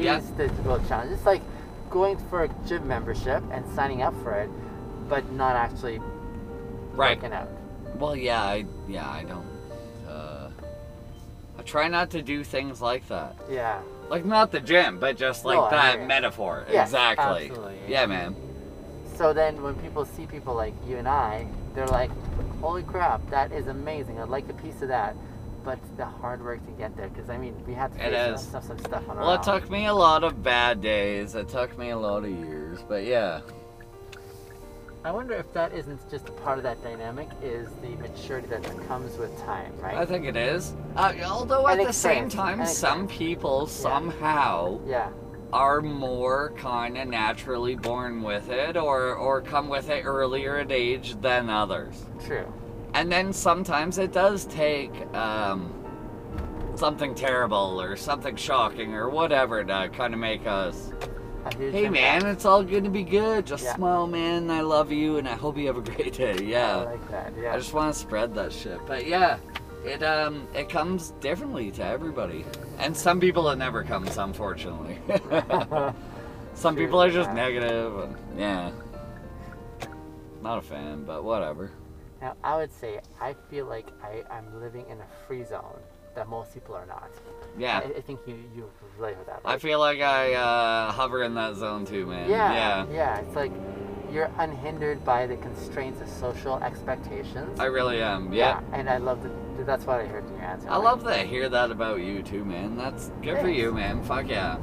Speaker 1: is,
Speaker 4: yeah.
Speaker 1: is the real challenge. It's like going for a gym membership and signing up for it, but not actually
Speaker 4: Right.
Speaker 1: working out.
Speaker 4: Well, yeah, I, yeah, I don't. Uh, I try not to do things like that.
Speaker 1: Yeah.
Speaker 4: Like, not the gym, but just like
Speaker 1: No, I
Speaker 4: that
Speaker 1: hear ya.
Speaker 4: metaphor.
Speaker 1: Yeah,
Speaker 4: exactly.
Speaker 1: absolutely.
Speaker 4: Yeah, man.
Speaker 1: So then when people see people like you and I, they're like, holy crap, that is amazing. I'd like a piece of that. But it's the hard work to get there, because I mean, we have to
Speaker 4: It
Speaker 1: face
Speaker 4: is.
Speaker 1: some, some stuff on our
Speaker 4: Well, it
Speaker 1: own.
Speaker 4: took me a lot of bad days. It took me a lot of years, but yeah.
Speaker 1: I wonder if that isn't just a part of that dynamic is the maturity that comes with time, right?
Speaker 4: I think it is. Uh, although at
Speaker 1: And
Speaker 4: the same
Speaker 1: experience,
Speaker 4: time,
Speaker 1: and
Speaker 4: some people somehow
Speaker 1: yeah,
Speaker 4: are more kind of naturally born with it, or or come with it earlier at age than others.
Speaker 1: true.
Speaker 4: And then sometimes it does take um, something terrible or something shocking or whatever to kind of make us.
Speaker 1: A huge
Speaker 4: Hey
Speaker 1: impact.
Speaker 4: man, it's all good to be good. Just
Speaker 1: Yeah.
Speaker 4: smile, man. I love you, and I hope you have a great day. Yeah.
Speaker 1: I like that. Yeah.
Speaker 4: I just want to spread that shit. But yeah, it um it comes differently to everybody, and some people it never comes, unfortunately. some
Speaker 1: Sure,
Speaker 4: people are just
Speaker 1: yeah.
Speaker 4: negative, and yeah. Not a fan, but whatever.
Speaker 1: now I would say I feel like I I'm living in a free zone that most people are not.
Speaker 4: Yeah,
Speaker 1: I, I think you you relate with that.
Speaker 4: I
Speaker 1: right?
Speaker 4: feel like I uh, hover in that zone too, man.
Speaker 1: yeah,
Speaker 4: Yeah.
Speaker 1: It's like you're unhindered by the constraints of social expectations.
Speaker 4: I really am. Yeah.
Speaker 1: And I love that. That's what I heard in your answer.
Speaker 4: I love that I hear that about you too, man. That's good for
Speaker 1: Thanks.
Speaker 4: you, man. Fuck yeah.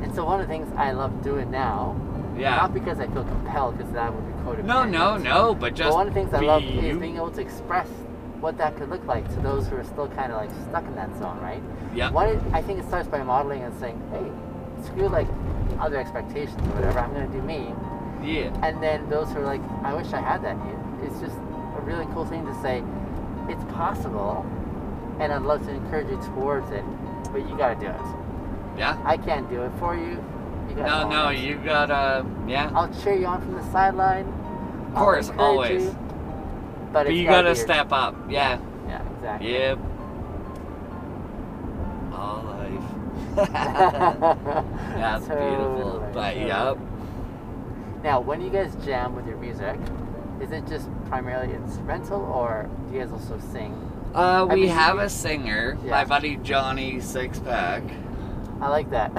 Speaker 1: And so one of the things I love doing now,
Speaker 4: Yeah.
Speaker 1: not because I feel compelled, because that would be codependent.
Speaker 4: No, no, no. But just
Speaker 1: but one of the things I
Speaker 4: be
Speaker 1: love
Speaker 4: you.
Speaker 1: is being able to express what that could look like to those who are still kind of like stuck in that zone, right?
Speaker 4: Yeah.
Speaker 1: One, is- I think it starts by modeling and saying, hey, screw like other expectations or whatever, I'm gonna do me.
Speaker 4: Yeah.
Speaker 1: And then those who are like, I wish I had that, it- it's just a really cool thing to say, it's possible, and I'd love to encourage you towards it, but you gotta do it.
Speaker 4: Yeah.
Speaker 1: I can't do it for you. You gotta
Speaker 4: No,
Speaker 1: own
Speaker 4: no,
Speaker 1: it.
Speaker 4: you gotta, yeah.
Speaker 1: I'll cheer you on from the sideline. Of
Speaker 4: course, always.
Speaker 1: But,
Speaker 4: But
Speaker 1: it's
Speaker 4: you
Speaker 1: gotta
Speaker 4: gotta
Speaker 1: be your-
Speaker 4: step up, yeah.
Speaker 1: Yeah, exactly.
Speaker 4: Yep. All life. That's beautiful.
Speaker 1: Totally,
Speaker 4: But
Speaker 1: totally.
Speaker 4: yep.
Speaker 1: Now, when you guys jam with your music, is it just primarily instrumental, or do you guys also sing?
Speaker 4: Uh,
Speaker 1: I
Speaker 4: we
Speaker 1: mean,
Speaker 4: have a singer, my
Speaker 1: Yeah.
Speaker 4: buddy Johnny Sixpack.
Speaker 1: I like that.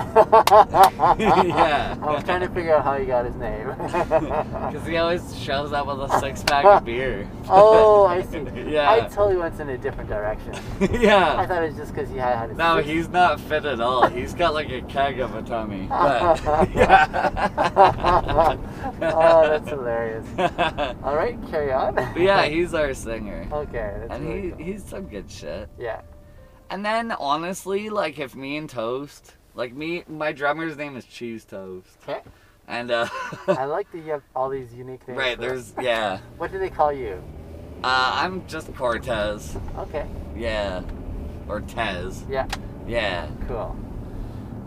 Speaker 4: Yeah.
Speaker 1: I was trying to figure out how you got his name.
Speaker 4: Because he always shows up with a six pack of beer.
Speaker 1: oh, I see. I
Speaker 4: yeah.
Speaker 1: totally went in a different direction. I
Speaker 4: yeah.
Speaker 1: thought it was just because he had. his
Speaker 4: No,
Speaker 1: six-
Speaker 4: he's not fit at all. He's got like a keg of a tummy. But, yeah.
Speaker 1: oh, that's hilarious.
Speaker 4: but
Speaker 1: All right, carry on.
Speaker 4: yeah, he's our singer.
Speaker 1: Okay, Oh, that's
Speaker 4: And
Speaker 1: really
Speaker 4: he,
Speaker 1: cool.
Speaker 4: he's some good shit.
Speaker 1: Yeah.
Speaker 4: And then honestly, like if me and Toast, like me, my drummer's name is Cheese Toast,
Speaker 1: Okay.
Speaker 4: and uh,
Speaker 1: I like that you have all these unique names.
Speaker 4: right
Speaker 1: for it.
Speaker 4: there's yeah,
Speaker 1: What do they call you?
Speaker 4: uh, I'm just Cortez,
Speaker 1: Okay.
Speaker 4: yeah, or Tez,
Speaker 1: Yeah.
Speaker 4: yeah.
Speaker 1: Cool.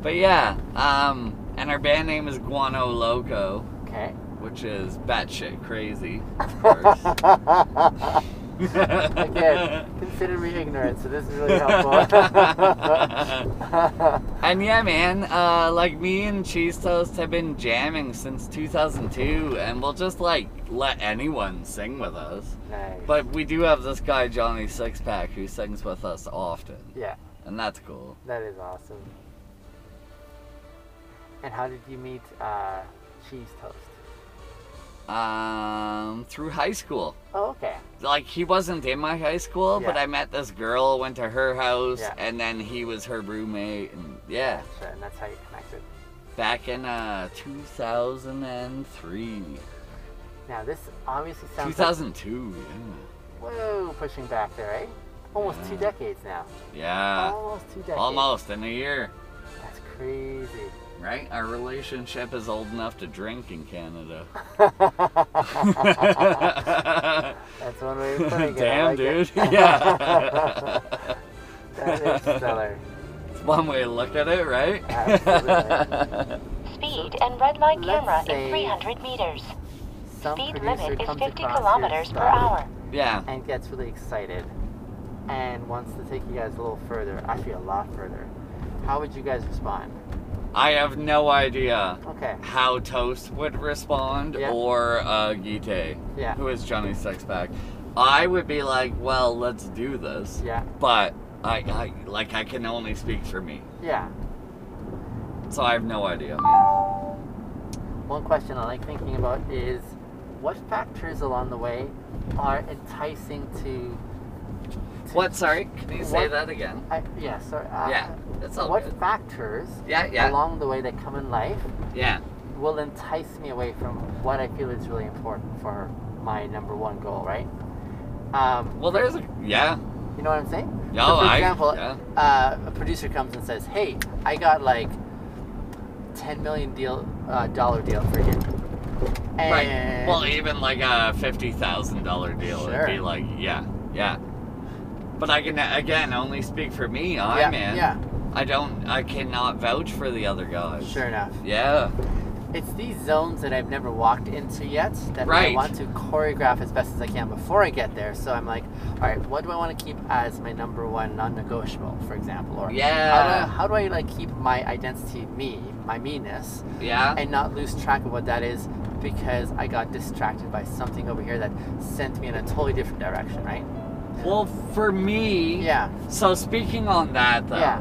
Speaker 4: But yeah, um, and our band name is Guano Loco,
Speaker 1: Okay.
Speaker 4: which is batshit crazy. Of course.
Speaker 1: Again, consider me ignorant, so this is really helpful.
Speaker 4: And yeah, man, uh, like me and Cheese Toast have been jamming since 2002, and we'll just like let anyone sing with us.
Speaker 1: nice.
Speaker 4: But we do have this guy, Johnny Sixpack, who sings with us often,
Speaker 1: yeah,
Speaker 4: and that's cool.
Speaker 1: that is awesome. And how did you meet uh, Cheese Toast?
Speaker 4: Um, through high school.
Speaker 1: Oh, okay.
Speaker 4: Like he wasn't in my high school, but
Speaker 1: Yeah.
Speaker 4: I met this girl, went to her house,
Speaker 1: Yeah.
Speaker 4: and then he was her roommate, and yeah,
Speaker 1: Gotcha. And that's how you connected.
Speaker 4: back in uh 2003,
Speaker 1: Now this obviously sounds. like-
Speaker 4: 2002.
Speaker 1: whoa, pushing back there, eh? Almost two
Speaker 4: Yeah.
Speaker 1: decades now.
Speaker 4: Yeah, yeah.
Speaker 1: almost two decades.
Speaker 4: Uh, almost in a year.
Speaker 1: That's crazy.
Speaker 4: Right, our relationship is old enough to drink in Canada.
Speaker 1: That's one way of putting it. I
Speaker 4: Damn,
Speaker 1: like
Speaker 4: dude.
Speaker 1: It.
Speaker 4: yeah.
Speaker 1: That is stellar.
Speaker 4: It's one way to look at it, right?
Speaker 1: Absolutely.
Speaker 3: Speed and red line
Speaker 1: Let's
Speaker 3: camera
Speaker 1: say
Speaker 3: in 300 meters.
Speaker 1: Some
Speaker 3: Speed
Speaker 1: producer
Speaker 3: limit is
Speaker 1: comes
Speaker 3: 50
Speaker 1: across your
Speaker 3: kilometers per
Speaker 1: stuff
Speaker 3: hour.
Speaker 4: yeah.
Speaker 1: And gets really excited and wants to take you guys a little further, actually a lot further. How would you guys respond?
Speaker 4: I have no idea
Speaker 1: Okay,
Speaker 4: how Toast would respond
Speaker 1: Yeah.
Speaker 4: or uh, Gite,
Speaker 1: Yeah.
Speaker 4: who is Johnny Sexpack. I would be like, well, let's do this.
Speaker 1: yeah,
Speaker 4: But I, I, like, I can only speak for me.
Speaker 1: yeah.
Speaker 4: So I have no idea, man.
Speaker 1: One question I like thinking about is what factors along the way are enticing to. to
Speaker 4: What, sorry? Can you say
Speaker 1: What-
Speaker 4: that again?
Speaker 1: I, yeah, sorry. Uh,
Speaker 4: yeah, that's all
Speaker 1: What
Speaker 4: good.
Speaker 1: factors
Speaker 4: Yeah, yeah.
Speaker 1: along the way that come in life
Speaker 4: Yeah.
Speaker 1: will entice me away from what I feel is really important for my number one goal, right? Um,
Speaker 4: Well, there's a, yeah.
Speaker 1: you know what I'm saying?
Speaker 4: Yeah,
Speaker 1: so for
Speaker 4: I-
Speaker 1: example,
Speaker 4: yeah.
Speaker 1: uh, a producer comes and says, "Hey, I got like 10 million deal uh, dollar deal for you." And
Speaker 4: Right. Well, even like a fifty thousand dollar deal, it'd be
Speaker 1: Sure.
Speaker 4: like, yeah, yeah. But I can again only speak for me. I'm
Speaker 1: yeah,
Speaker 4: in.
Speaker 1: yeah,
Speaker 4: I don't. I cannot vouch for the other guys.
Speaker 1: sure enough.
Speaker 4: Yeah.
Speaker 1: It's these zones that I've never walked into yet that I
Speaker 4: Right.
Speaker 1: want to choreograph as best as I can before I get there. So I'm like, all right, what do I want to keep as my number one non-negotiable, for example, or how do, I,
Speaker 4: Yeah.
Speaker 1: how do I like keep my identity me, my meanness,
Speaker 4: Yeah.
Speaker 1: and not lose track of what that is because I got distracted by something over here that sent me in a totally different direction, right?
Speaker 4: Well, for me.
Speaker 1: Yeah.
Speaker 4: So speaking on that though,
Speaker 1: Yeah.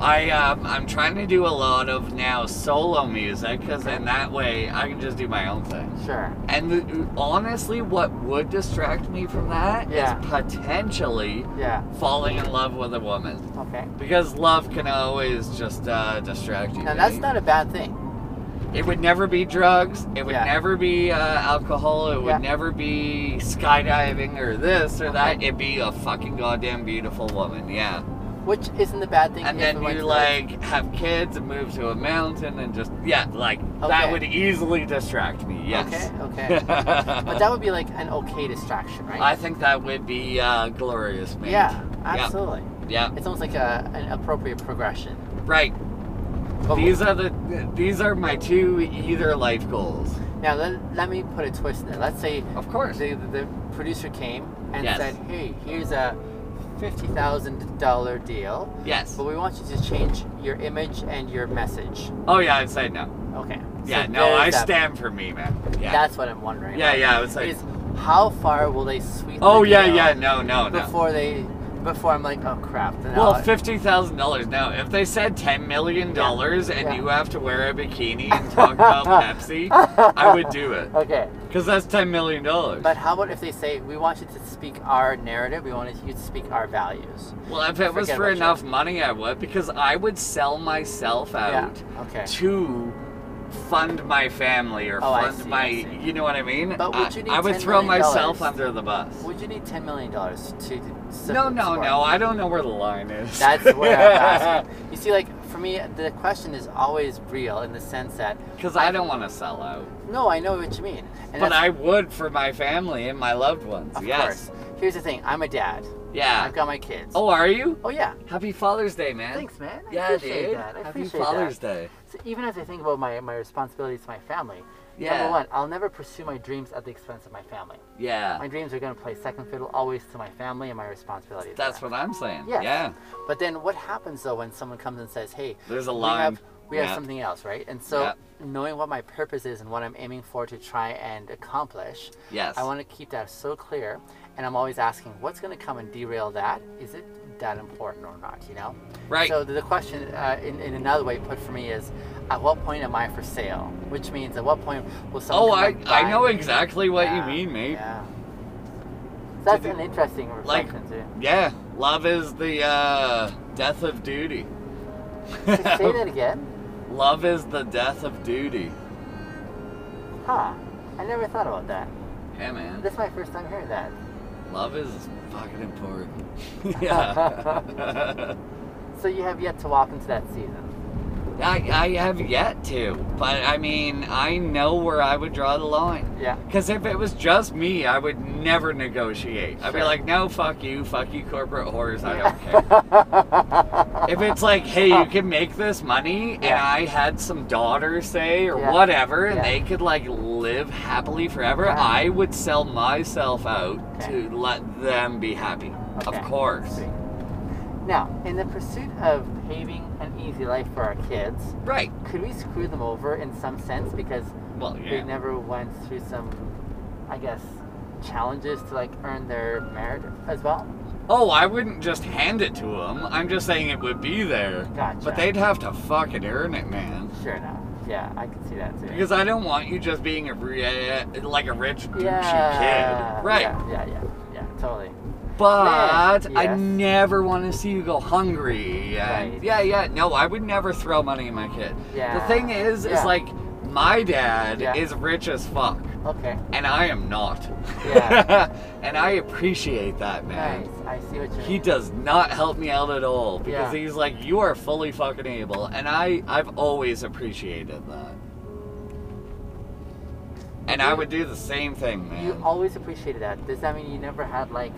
Speaker 4: I um, I'm trying to do a lot of now solo music because in that way I can just do my own thing.
Speaker 1: Sure.
Speaker 4: And the, honestly, what would distract me from that is
Speaker 1: Yeah.
Speaker 4: potentially
Speaker 1: Yeah.
Speaker 4: falling in love with a woman.
Speaker 1: Okay.
Speaker 4: Because love can always just uh, distract you.
Speaker 1: Now that's
Speaker 4: babe.
Speaker 1: not a bad thing.
Speaker 4: It would never be drugs. It would
Speaker 1: Yeah.
Speaker 4: never be uh, alcohol. It would
Speaker 1: Yeah.
Speaker 4: never be skydiving or this or that.
Speaker 1: Okay.
Speaker 4: It'd be a fucking goddamn beautiful woman. Yeah.
Speaker 1: Which isn't a bad thing.
Speaker 4: And
Speaker 1: if it
Speaker 4: then
Speaker 1: went
Speaker 4: you
Speaker 1: to, like
Speaker 4: like have kids and move to a mountain and just yeah, like that
Speaker 1: Okay.
Speaker 4: would easily distract me. Yes.
Speaker 1: Okay, okay. But that would be like an okay distraction, right?
Speaker 4: I think that would be uh, glorious, man.
Speaker 1: yeah, absolutely.
Speaker 4: Yeah.
Speaker 1: It's almost like a, an appropriate progression.
Speaker 4: Right.
Speaker 1: But
Speaker 4: These are the these are my two either life goals.
Speaker 1: now, let, let me put a twist in it. Let's say
Speaker 4: Of course.
Speaker 1: the, the producer came and
Speaker 4: Yes.
Speaker 1: said, hey, here's a $50,000 deal,
Speaker 4: Yes.
Speaker 1: but we want you to change your image and your message.
Speaker 4: Oh yeah, I'd say no.
Speaker 1: Okay.
Speaker 4: Yeah,
Speaker 1: so
Speaker 4: no,
Speaker 1: there's
Speaker 4: I
Speaker 1: that.
Speaker 4: stand for me, man. Yeah.
Speaker 1: That's what I'm wondering.
Speaker 4: yeah,
Speaker 1: about,
Speaker 4: yeah, I would say.
Speaker 1: Is how far will they sweeten
Speaker 4: Oh
Speaker 1: the
Speaker 4: yeah,
Speaker 1: deal
Speaker 4: yeah, no, no, no.
Speaker 1: before they before I'm like, oh crap. then
Speaker 4: Well,
Speaker 1: I'll-
Speaker 4: fifty thousand dollars. Now, if they said ten million dollars and
Speaker 1: yeah.
Speaker 4: you have to wear a bikini and talk about Pepsi, I would do it
Speaker 1: Okay.
Speaker 4: because that's ten million dollars.
Speaker 1: But how about if they say we want you to speak our narrative, we want you to speak our values?
Speaker 4: Well, if it was
Speaker 1: Forget
Speaker 4: for
Speaker 1: about you.
Speaker 4: enough money, I would because I would sell myself out.
Speaker 1: Yeah. Okay.
Speaker 4: to fund my family or
Speaker 1: Oh, I
Speaker 4: fund
Speaker 1: see, I
Speaker 4: my
Speaker 1: see.
Speaker 4: you know what I mean?
Speaker 1: But would
Speaker 4: I,
Speaker 1: you need
Speaker 4: I would
Speaker 1: $10
Speaker 4: throw
Speaker 1: million?
Speaker 4: myself under the bus.
Speaker 1: Would you need ten million dollars to? d- support-
Speaker 4: No, no,
Speaker 1: support?
Speaker 4: no. I don't know where the line is.
Speaker 1: That's where I'm asking. You see, like for me, the question is always real in the sense that
Speaker 4: Because I don't want to sell out.
Speaker 1: no, I know what you mean, and
Speaker 4: but
Speaker 1: that's-
Speaker 4: I would for my family and my loved ones.
Speaker 1: of
Speaker 4: yes.
Speaker 1: course. Here's the thing: I'm a dad.
Speaker 4: Yeah.
Speaker 1: I've got my kids.
Speaker 4: Oh, are you?
Speaker 1: Oh, yeah.
Speaker 4: Happy Father's Day, man.
Speaker 1: Thanks, man. I
Speaker 4: Yeah,
Speaker 1: appreciate
Speaker 4: dude.
Speaker 1: that. I
Speaker 4: Happy
Speaker 1: appreciate
Speaker 4: Father's
Speaker 1: that.
Speaker 4: Day.
Speaker 1: So even as I think about my my responsibilities to my family,
Speaker 4: Yeah.
Speaker 1: number one, I'll never pursue my dreams at the expense of my family.
Speaker 4: Yeah.
Speaker 1: My dreams are going to play second fiddle always to my family and my responsibilities.
Speaker 4: That's
Speaker 1: there.
Speaker 4: what I'm saying.
Speaker 1: Yes.
Speaker 4: Yeah.
Speaker 1: But then what happens though when someone comes and says, "Hey,
Speaker 4: There's a
Speaker 1: we
Speaker 4: line.
Speaker 1: have we
Speaker 4: Yeah.
Speaker 1: have something else, right?" And so
Speaker 4: Yeah.
Speaker 1: knowing what my purpose is and what I'm aiming for to try and accomplish,
Speaker 4: Yes.
Speaker 1: I want to keep that so clear, and I'm always asking, "What's going to come and derail that? Is it that important or not?" You know.
Speaker 4: Right.
Speaker 1: So the the question, uh, in, in another way put for me, is at what point am I for sale? Which means at what point will someone?
Speaker 4: Oh,
Speaker 1: come
Speaker 4: I,
Speaker 1: and buy
Speaker 4: I know
Speaker 1: me?
Speaker 4: exactly what you
Speaker 1: Yeah,
Speaker 4: mean, mate.
Speaker 1: Yeah.
Speaker 4: Yeah.
Speaker 1: So that's
Speaker 4: Did
Speaker 1: an
Speaker 4: you-
Speaker 1: interesting
Speaker 4: like-
Speaker 1: reflection too.
Speaker 4: love is the uh, death of duty.
Speaker 1: Say that again?
Speaker 4: love is the death of duty.
Speaker 1: Huh? I never thought about that.
Speaker 4: Yeah, man.
Speaker 1: This is my first time hearing that.
Speaker 4: Love is fucking important. yeah.
Speaker 1: So you have yet to walk into that season.
Speaker 4: I, I have yet to, but I mean, I know where I would draw the line.
Speaker 1: Yeah.
Speaker 4: Because if it was just me, I would never negotiate. I'd be
Speaker 1: Sure.
Speaker 4: like, no, fuck you, fuck you, corporate whores, I don't care. if it's like, hey, you can make this money, and
Speaker 1: Yeah.
Speaker 4: I had some daughters, say, or
Speaker 1: Yeah.
Speaker 4: whatever, and
Speaker 1: Yeah.
Speaker 4: they could like live happily forever,
Speaker 1: Yeah.
Speaker 4: I would sell myself out
Speaker 1: Okay.
Speaker 4: to let them be happy.
Speaker 1: Okay.
Speaker 4: Of course.
Speaker 1: Sweet. Now, in the pursuit of paving an easy life for our kids,
Speaker 4: Right.
Speaker 1: could we screw them over in some sense because
Speaker 4: Well,
Speaker 1: they
Speaker 4: yeah.
Speaker 1: never went through some, I guess, challenges to like earn their merit as well?
Speaker 4: Oh, I wouldn't just hand it to them. I'm just saying it would be there.
Speaker 1: Gotcha.
Speaker 4: But they'd have to fucking earn it, man.
Speaker 1: Sure enough. Yeah, I could see that too.
Speaker 4: Because I don't want you just being a re- like a rich douchey
Speaker 1: yeah,
Speaker 4: kid, right?
Speaker 1: Yeah, yeah, yeah, yeah, totally.
Speaker 4: But I
Speaker 1: Yes.
Speaker 4: never want to see you go hungry. and-
Speaker 1: Right.
Speaker 4: Yeah, yeah. No, I would never throw money at my kid.
Speaker 1: Yeah.
Speaker 4: The thing is,
Speaker 1: Yeah.
Speaker 4: is like my dad
Speaker 1: Yeah.
Speaker 4: is rich as fuck,
Speaker 1: Okay.
Speaker 4: and I am not.
Speaker 1: Yeah.
Speaker 4: and I appreciate that, man.
Speaker 1: Nice. I see what you
Speaker 4: He
Speaker 1: mean.
Speaker 4: does not help me out at all because
Speaker 1: Yeah.
Speaker 4: he's like, you are fully fucking able, and I I've always appreciated that. And I would do the same thing, man.
Speaker 1: You always appreciated that. Does that mean you never had like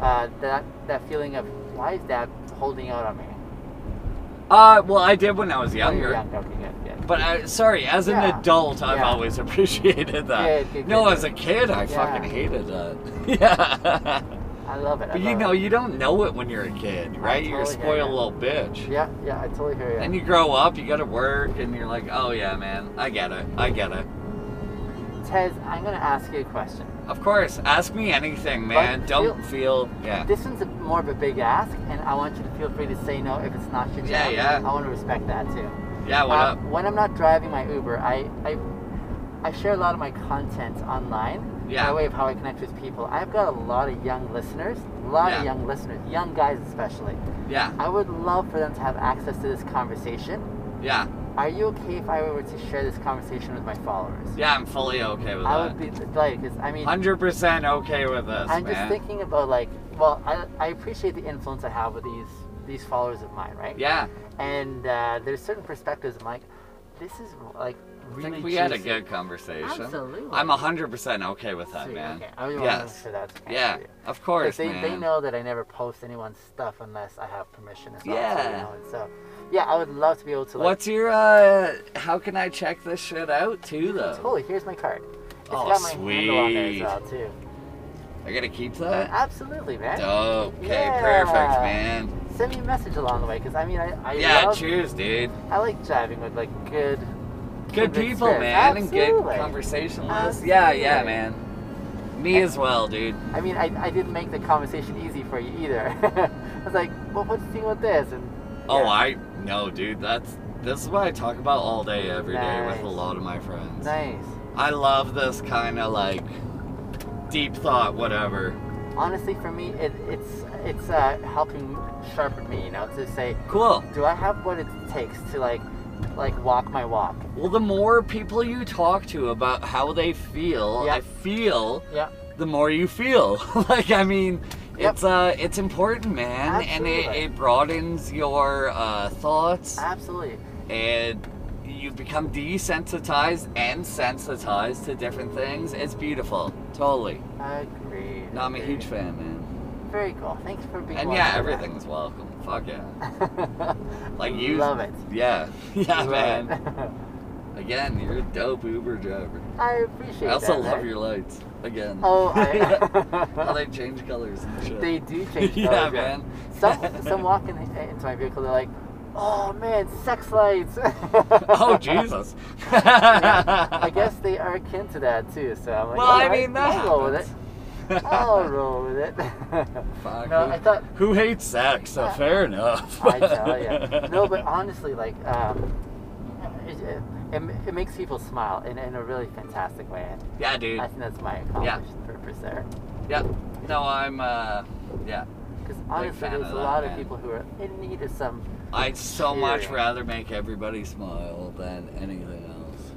Speaker 1: uh, that that feeling of why is that holding out on me?
Speaker 4: uh, well, I did when I was
Speaker 1: Oh, you're
Speaker 4: younger.
Speaker 1: young. Okay, good, good.
Speaker 4: But I, sorry, as an
Speaker 1: Yeah.
Speaker 4: adult, I've
Speaker 1: Yeah.
Speaker 4: always appreciated that.
Speaker 1: Good, good,
Speaker 4: no,
Speaker 1: good.
Speaker 4: as a kid, I
Speaker 1: Yeah.
Speaker 4: fucking hated that. yeah.
Speaker 1: I love it. I
Speaker 4: But you
Speaker 1: love
Speaker 4: know,
Speaker 1: it.
Speaker 4: you don't know it when you're a kid, right? you're a
Speaker 1: totally hear
Speaker 4: spoiled
Speaker 1: ya.
Speaker 4: little bitch.
Speaker 1: Yeah, yeah, I totally hear you.
Speaker 4: Then you grow up, you gotta work, and you're like, oh yeah, man, I get it, I get it.
Speaker 1: Tez, I'm gonna ask you a question.
Speaker 4: Of course, ask me anything, man. Don't feel, yeah.
Speaker 1: This one's a, more of a big ask, and I want you to feel free to say no if it's not your
Speaker 4: Yeah,
Speaker 1: jam.
Speaker 4: yeah.
Speaker 1: I want to respect that too.
Speaker 4: Yeah, what
Speaker 1: Um,
Speaker 4: up?
Speaker 1: When I'm not driving my Uber, I, I I share a lot of my content online
Speaker 4: Yeah.
Speaker 1: by way of how I connect with people. I've got a lot of young listeners, a lot
Speaker 4: Yeah.
Speaker 1: of young listeners, young guys especially.
Speaker 4: Yeah,
Speaker 1: I would love for them to have access to this conversation.
Speaker 4: yeah,
Speaker 1: Are you okay if I were to share this conversation with my followers?
Speaker 4: yeah, I'm fully okay with
Speaker 1: I would
Speaker 4: that.
Speaker 1: be delighted because I mean,
Speaker 4: 100% okay with this,
Speaker 1: I'm just
Speaker 4: man.
Speaker 1: thinking about like, well, I, I appreciate the influence I have with these these followers of mine, right?
Speaker 4: yeah,
Speaker 1: And uh, there's certain perspectives. I'm like, this is like
Speaker 4: I
Speaker 1: really.
Speaker 4: think we had a
Speaker 1: juicy.
Speaker 4: good conversation.
Speaker 1: Absolutely.
Speaker 4: I'm 100% okay with that,
Speaker 1: Sweet,
Speaker 4: man.
Speaker 1: Okay. I was
Speaker 4: yes.
Speaker 1: sure that's okay.
Speaker 4: Yeah,
Speaker 1: with you.
Speaker 4: of
Speaker 1: 'Cause
Speaker 4: course,
Speaker 1: they,
Speaker 4: man.
Speaker 1: they know that I never post anyone's stuff unless I have permission as well. so, you
Speaker 4: Yeah.
Speaker 1: know, and so, yeah, I would love to be able to. Like,
Speaker 4: What's your, uh, how can I check this shit out too, though?
Speaker 1: Totally. Here's my card. It's
Speaker 4: Oh,
Speaker 1: got my handle on there as
Speaker 4: sweet.
Speaker 1: well too.
Speaker 4: I gotta keep that?
Speaker 1: Absolutely, man.
Speaker 4: Dope. Okay,
Speaker 1: Yeah.
Speaker 4: perfect, man.
Speaker 1: Send me a message along the way, because I mean, I I
Speaker 4: Yeah,
Speaker 1: love,
Speaker 4: cheers, dude.
Speaker 1: I like jiving with like good.
Speaker 4: Good
Speaker 1: kindred
Speaker 4: people,
Speaker 1: spirits.
Speaker 4: man, and
Speaker 1: Absolutely.
Speaker 4: good conversationalists. Yeah, yeah,
Speaker 1: Absolutely.
Speaker 4: man. Me as well, dude.
Speaker 1: I mean, I, I didn't make the conversation easy for you either. I was like, well, what do you think about this? And
Speaker 4: Oh,
Speaker 1: yeah.
Speaker 4: I no, dude. That's this is what I talk about all day, every day, with a
Speaker 1: Nice.
Speaker 4: lot of my friends.
Speaker 1: nice.
Speaker 4: I love this kind of like deep thought, whatever.
Speaker 1: Honestly, for me, it, it's it's uh, helping sharpen me, you know, to say,
Speaker 4: Cool.
Speaker 1: do I have what it takes to like like walk my walk?
Speaker 4: Well, the more people you talk to about how they feel,
Speaker 1: Yeah.
Speaker 4: I feel
Speaker 1: Yeah.
Speaker 4: the more you feel. like I mean,
Speaker 1: Yep.
Speaker 4: it's uh, it's important, man, and
Speaker 1: Absolutely.
Speaker 4: it, it broadens your uh, thoughts.
Speaker 1: Absolutely.
Speaker 4: and you become desensitized and sensitized to different things. It's beautiful. Totally.
Speaker 1: Agree.
Speaker 4: No, I'm a huge fan, man.
Speaker 1: Very cool. Thanks for being.
Speaker 4: And
Speaker 1: one
Speaker 4: yeah,
Speaker 1: for that.
Speaker 4: everything's welcome. Fuck yeah. Like you.
Speaker 1: Love it.
Speaker 4: Yeah. Yeah,
Speaker 1: Love
Speaker 4: man.
Speaker 1: it.
Speaker 4: Again, you're a dope Uber driver.
Speaker 1: I appreciate
Speaker 4: I
Speaker 1: that.
Speaker 4: also love
Speaker 1: man.
Speaker 4: your lights. Again.
Speaker 1: Oh,
Speaker 4: How
Speaker 1: I,
Speaker 4: they change colors and shit.
Speaker 1: they do change.
Speaker 4: Yeah,
Speaker 1: colours,
Speaker 4: man.
Speaker 1: Some some walk in, into my vehicle, they're like, "Oh man, sex lights."
Speaker 4: oh Jesus.
Speaker 1: I guess they are akin to that too. So I'm like,
Speaker 4: Well, I
Speaker 1: "All right,
Speaker 4: mean that.
Speaker 1: I'll roll with it.
Speaker 4: happens.
Speaker 1: I'll roll with it.
Speaker 4: Fuck,
Speaker 1: no,
Speaker 4: who,
Speaker 1: I thought
Speaker 4: who hates sex? So fair enough.
Speaker 1: I tell you. No, but honestly, like, um, it it, it, it makes people smile in, in a really fantastic way. And
Speaker 4: Yeah, dude.
Speaker 1: I think that's my accomplishment purpose there.
Speaker 4: Yep. No, I'm. Uh, yeah.
Speaker 1: Because honestly,
Speaker 4: fan
Speaker 1: there's
Speaker 4: of
Speaker 1: a
Speaker 4: that,
Speaker 1: lot of
Speaker 4: man.
Speaker 1: people who are in need of some.
Speaker 4: I'd so much
Speaker 1: cheering.
Speaker 4: rather make everybody smile than anything else.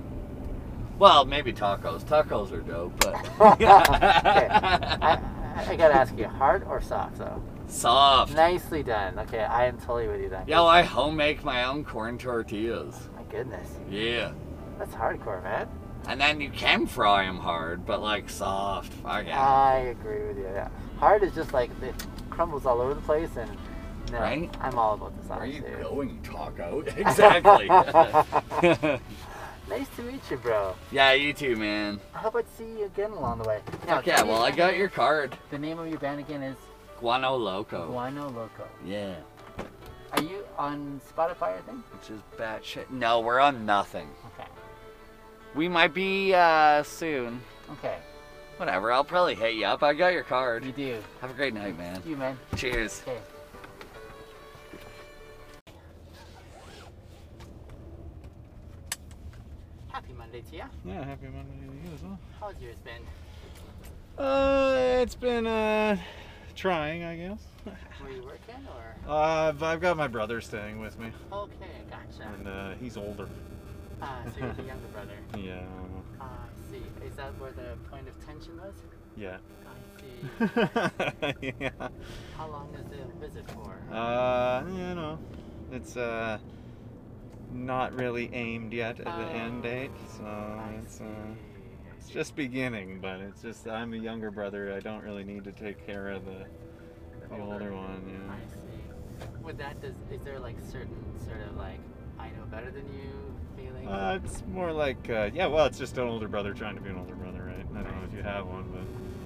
Speaker 4: Well, maybe tacos. Tacos are dope, but
Speaker 1: okay. I, I- I gotta ask you, hard or soft though?
Speaker 4: soft.
Speaker 1: Nicely done. Okay, I am totally with you then.
Speaker 4: Yo, I home make my own corn tortillas.
Speaker 1: My goodness,
Speaker 4: Yeah.
Speaker 1: that's hardcore, man.
Speaker 4: And then you can fry them hard, but like soft. Fuck yeah.
Speaker 1: I agree with you. Yeah, hard is just like it crumbles all over the place, and no,
Speaker 4: Right?
Speaker 1: I'm all about the soft.
Speaker 4: Where are you
Speaker 1: dude.
Speaker 4: going, taco? Exactly.
Speaker 1: Nice to meet you, bro.
Speaker 4: yeah, you too, man.
Speaker 1: I hope I see you again along the way. Now,
Speaker 4: Fuck
Speaker 1: can
Speaker 4: yeah.
Speaker 1: you-
Speaker 4: Well, I got your card.
Speaker 1: The name of your band again is
Speaker 4: Guano Loco.
Speaker 1: Guano Loco.
Speaker 4: Yeah.
Speaker 1: Are you on Spotify or thing?
Speaker 4: Which is batshit. No, we're on nothing.
Speaker 1: Okay.
Speaker 4: We might be uh soon.
Speaker 1: Okay.
Speaker 4: Whatever, I'll probably hit you up. I got your card.
Speaker 1: You do.
Speaker 4: Have a great night, man.
Speaker 1: You man.
Speaker 4: Cheers.
Speaker 1: Okay. Happy Monday to you.
Speaker 2: Yeah, happy Monday to you as well.
Speaker 1: How's yours been?
Speaker 2: Uh, it's been uh, trying, I guess.
Speaker 1: Were you working or?
Speaker 2: Uh, I've got my brother staying with me,
Speaker 1: Okay, gotcha.
Speaker 4: Mm.
Speaker 2: and uh, he's older.
Speaker 1: Ah, so you're the younger brother.
Speaker 2: Yeah.
Speaker 1: Ah, I see. Is that where the point of tension was?
Speaker 2: Yeah.
Speaker 1: I see.
Speaker 2: yeah.
Speaker 1: How long is the visit for?
Speaker 2: Uh, you know, it's uh, not really aimed yet at the end
Speaker 1: Oh,
Speaker 2: date, so
Speaker 1: I
Speaker 2: it's
Speaker 1: see.
Speaker 2: uh,
Speaker 1: I
Speaker 2: it's
Speaker 1: see.
Speaker 2: just beginning. But it's just I'm a younger brother. I don't really need to take care of the, uh, the older one.
Speaker 1: I
Speaker 2: Yeah.
Speaker 1: see. With that, does is there like certain sort of like I know better than you feeling?
Speaker 2: Uh, it's more like uh, yeah. Well, it's just an older brother trying to be an older brother, right? I don't know if you have one, but.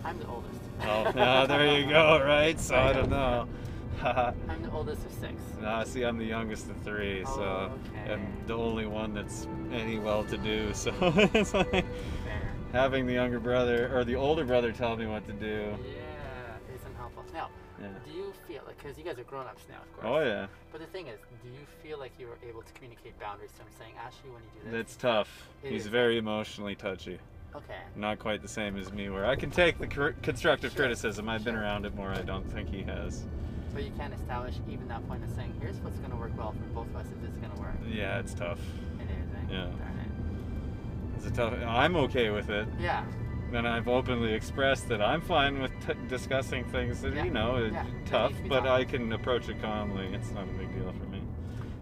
Speaker 1: I'm the oldest.
Speaker 2: Oh, yeah, there you go, right? So I don't know.
Speaker 1: I'm the oldest of six.
Speaker 2: nah, see, I'm the youngest of three,
Speaker 1: Oh,
Speaker 2: so
Speaker 1: Okay.
Speaker 2: I'm the only one that's any well-to-do. So it's like
Speaker 1: Fair.
Speaker 2: having the younger brother or the older brother tell me what to do.
Speaker 1: Yeah, it's unhelpful. Now,
Speaker 2: Yeah.
Speaker 1: do you feel like because you guys are grown ups now, of
Speaker 2: Oh
Speaker 1: course.
Speaker 2: yeah,
Speaker 1: But the thing is, do you feel like you were able to communicate boundaries to him, saying, "Ashley, when you do this,
Speaker 2: that's tough.
Speaker 1: It
Speaker 2: He's
Speaker 1: is.
Speaker 2: very emotionally touchy.
Speaker 1: okay."
Speaker 2: Not quite the same as me, where I can take the cr- constructive
Speaker 1: Sure.
Speaker 2: criticism. I've been
Speaker 1: Sure.
Speaker 2: around it more. I don't think he has.
Speaker 1: So you can establish even that point of saying, "Here's what's going to work well for both of us if this is going to work."
Speaker 2: Yeah, it's tough.
Speaker 1: It is. eh?
Speaker 2: Yeah.
Speaker 1: Darn it.
Speaker 2: It's a tough. I'm okay with it.
Speaker 1: Yeah.
Speaker 2: And I've openly expressed that I'm fine with t- discussing things that
Speaker 1: Yeah.
Speaker 2: you know is
Speaker 1: Yeah. That needs
Speaker 2: tough,
Speaker 1: to be
Speaker 2: but
Speaker 1: talked.
Speaker 2: I can approach it calmly. It's not a big deal for me.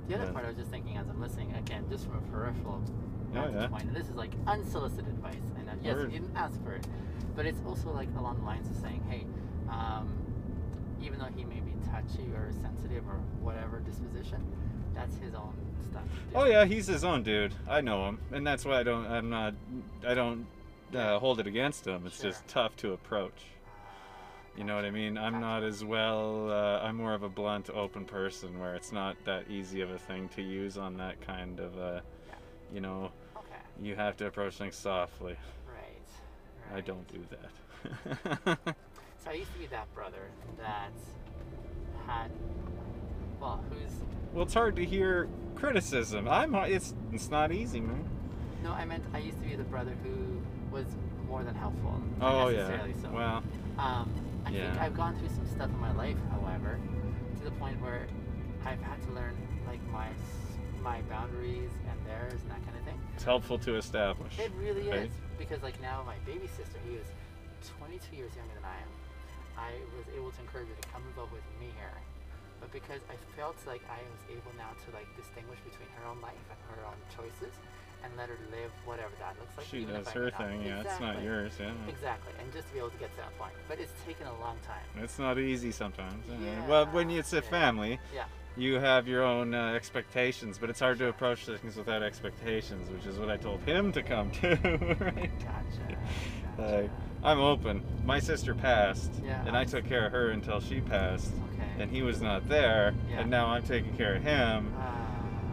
Speaker 1: The other
Speaker 2: Yeah.
Speaker 1: part I was just thinking as I'm listening, again, just from a peripheral
Speaker 2: Oh,
Speaker 1: vantage
Speaker 2: yeah.
Speaker 1: point, and this is like unsolicited advice. And uh, yes,
Speaker 2: Word.
Speaker 1: you didn't ask for it, but it's also like along the lines of saying, hey, um, even though he may be touchy or sensitive or whatever disposition, that's his own stuff. to do.
Speaker 2: Oh yeah, he's his own dude. I know him, and that's why I don't. I'm not. I don't uh, hold it against him. It's
Speaker 1: Sure.
Speaker 2: just tough to approach. You know what I mean? I'm
Speaker 1: Gotcha.
Speaker 2: not as well. Uh, I'm more of a blunt, open person, where it's not that easy of a thing to use on that kind of. Uh,
Speaker 1: Yeah.
Speaker 2: you know,
Speaker 1: Okay.
Speaker 2: you have to approach things softly.
Speaker 1: Right.
Speaker 2: I
Speaker 1: right.
Speaker 2: don't do that.
Speaker 1: So I used to be that brother that had, well, who's
Speaker 2: Well, it's hard to hear criticism. I'm. It's it's not easy, man.
Speaker 1: No, I meant I used to be the brother who was more than helpful. not
Speaker 2: Oh yeah.
Speaker 1: necessarily So.
Speaker 2: Well,
Speaker 1: um, I think
Speaker 2: yeah.
Speaker 1: I've gone through some stuff in my life, however, to the point where I've had to learn like my s- my boundaries and theirs and that kind of thing.
Speaker 2: it's helpful to establish.
Speaker 1: It really
Speaker 2: Right.
Speaker 1: is because like now my baby sister, who is 22 years younger than I am, I was able to encourage her to come and go with me here. But because I felt like I was able now to like distinguish between her own life and her own choices, and let her live whatever that looks like.
Speaker 2: She
Speaker 1: even if
Speaker 2: does
Speaker 1: I
Speaker 2: her
Speaker 1: may not.
Speaker 2: thing. Yeah, it's not
Speaker 1: Exactly.
Speaker 2: yours. Yeah.
Speaker 1: Exactly, and just to be able to get to that point, but it's taken a long time.
Speaker 2: It's not easy sometimes. Yeah. Well, when
Speaker 1: Yeah,
Speaker 2: it's a
Speaker 1: yeah.
Speaker 2: family,
Speaker 1: Yeah.
Speaker 2: you have your own uh, expectations, but it's hard to approach things without expectations, which is what I told him to come to. right?
Speaker 1: Gotcha.
Speaker 2: Like,
Speaker 1: gotcha.
Speaker 2: I'm open. My sister passed,
Speaker 1: Yeah,
Speaker 2: and I
Speaker 1: I'm-
Speaker 2: took care of her until she passed,
Speaker 1: okay.
Speaker 2: and he was not there,
Speaker 1: Yeah.
Speaker 2: and now I'm taking care of him.
Speaker 1: Ah,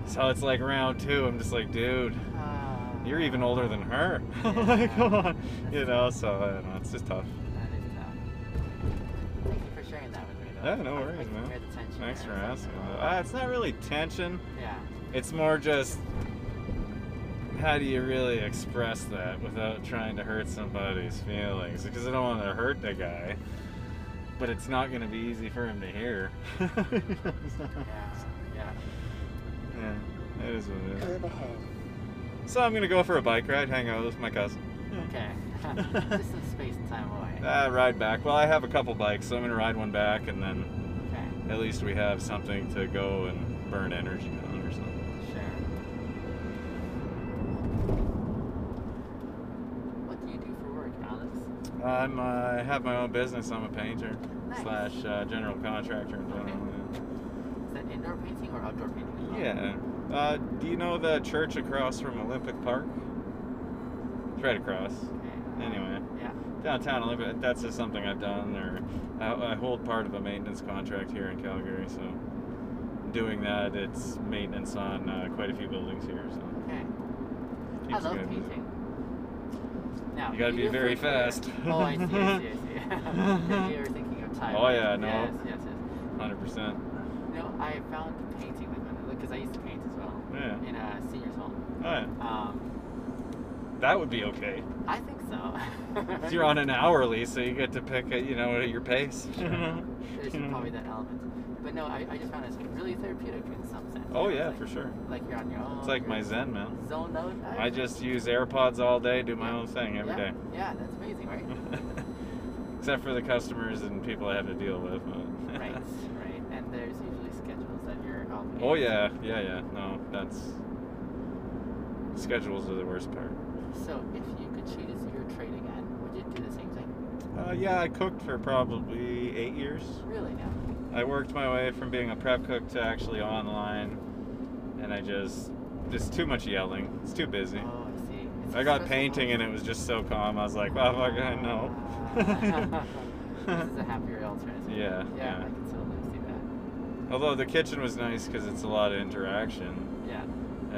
Speaker 2: So it's like round two. I'm just like, dude,
Speaker 1: ah,
Speaker 2: You're even older than her.
Speaker 1: Yeah.
Speaker 2: like, come on. You know, so I don't know. It's just tough.
Speaker 1: That is tough. Thank you for sharing that with me, though.
Speaker 2: Yeah, no
Speaker 1: I- I
Speaker 2: worries,
Speaker 1: can
Speaker 2: man.
Speaker 1: hear the tension
Speaker 2: Thanks for
Speaker 1: there.
Speaker 2: asking. though. Uh, it's not really tension.
Speaker 1: Yeah.
Speaker 2: It's more just
Speaker 5: how do you really express that without trying to hurt somebody's feelings? Because I don't want to hurt the guy, but it's not going to be easy for him to hear.
Speaker 1: Yeah, yeah.
Speaker 5: yeah, it is what it is.
Speaker 2: Curve ahead.
Speaker 5: So I'm going to go for a bike ride, hang out with my cousin.
Speaker 1: Okay. Just some space and time
Speaker 2: Uh,
Speaker 1: away.
Speaker 5: Ah, ride back. Well, I have a couple bikes, so I'm going to ride one back, and then
Speaker 1: Okay,
Speaker 5: at least we have something to go and burn energy on or something.
Speaker 1: sure. What do you do for work, Alex?
Speaker 5: I'm, uh, I have my own business. I'm a painter
Speaker 1: Nice.
Speaker 5: slash uh, general contractor in general. yeah.
Speaker 1: Is that indoor painting or outdoor painting?
Speaker 5: Yeah. Uh, do you know the church across from Olympic Park? It's right across.
Speaker 1: Okay.
Speaker 5: Anyway,
Speaker 1: Yeah.
Speaker 5: downtown Olympic. That's just something I've done, or I, I hold part of a maintenance contract here in Calgary. So, doing that, it's maintenance on uh, quite a few buildings here. So,
Speaker 1: Okay.
Speaker 5: keeps
Speaker 1: I love
Speaker 5: you busy.
Speaker 1: painting. Now,
Speaker 5: You gotta be
Speaker 1: do
Speaker 5: very
Speaker 1: for career-
Speaker 5: fast.
Speaker 1: oh, I see, I see, I see. You're thinking of time.
Speaker 5: Oh, yeah, no.
Speaker 1: Yes, yes, yes.
Speaker 5: 100%.
Speaker 1: No, I found painting like one because I used to paint as well
Speaker 5: Yeah.
Speaker 1: in a senior's home.
Speaker 5: All right.
Speaker 1: Um,
Speaker 5: That would be okay.
Speaker 1: I think so.
Speaker 5: 'Cause You're on an hourly, so you get to pick, at, you know, at your pace. Mm-hmm.
Speaker 1: There's probably that element, but no, I, I just found it's really therapeutic in some sense.
Speaker 5: oh
Speaker 1: You know,
Speaker 5: yeah,
Speaker 1: it's
Speaker 5: for sure.
Speaker 1: like, Like you're on your own.
Speaker 5: It's like my
Speaker 1: you're
Speaker 5: zen, man.
Speaker 1: zoned out.
Speaker 5: I just use AirPods all day, do my
Speaker 1: Yeah.
Speaker 5: own thing every
Speaker 1: yeah,
Speaker 5: day.
Speaker 1: Yeah, that's amazing, right?
Speaker 5: Except for the customers and people I have to deal with. but-
Speaker 1: right, right. And there's usually schedules that you're obligated.
Speaker 5: oh
Speaker 1: to
Speaker 5: yeah, yeah, yeah. No, that's schedules are the worst part.
Speaker 1: So, if you could choose your trade again, would you do the same thing?
Speaker 5: Uh, yeah, I cooked for probably eight years.
Speaker 1: Really? Yeah.
Speaker 5: I worked my way from being a prep cook to actually online, and I just just too much yelling. It's too busy.
Speaker 1: Oh, I see. It's
Speaker 5: I got
Speaker 1: stressful.
Speaker 5: painting and it was just so calm. I was like, well, fuck, I know.
Speaker 1: this is a happier alternative.
Speaker 5: Yeah,
Speaker 1: Yeah,
Speaker 5: yeah.
Speaker 1: I can totally see that.
Speaker 5: Although the kitchen was nice because it's a lot of interaction.
Speaker 1: Yeah.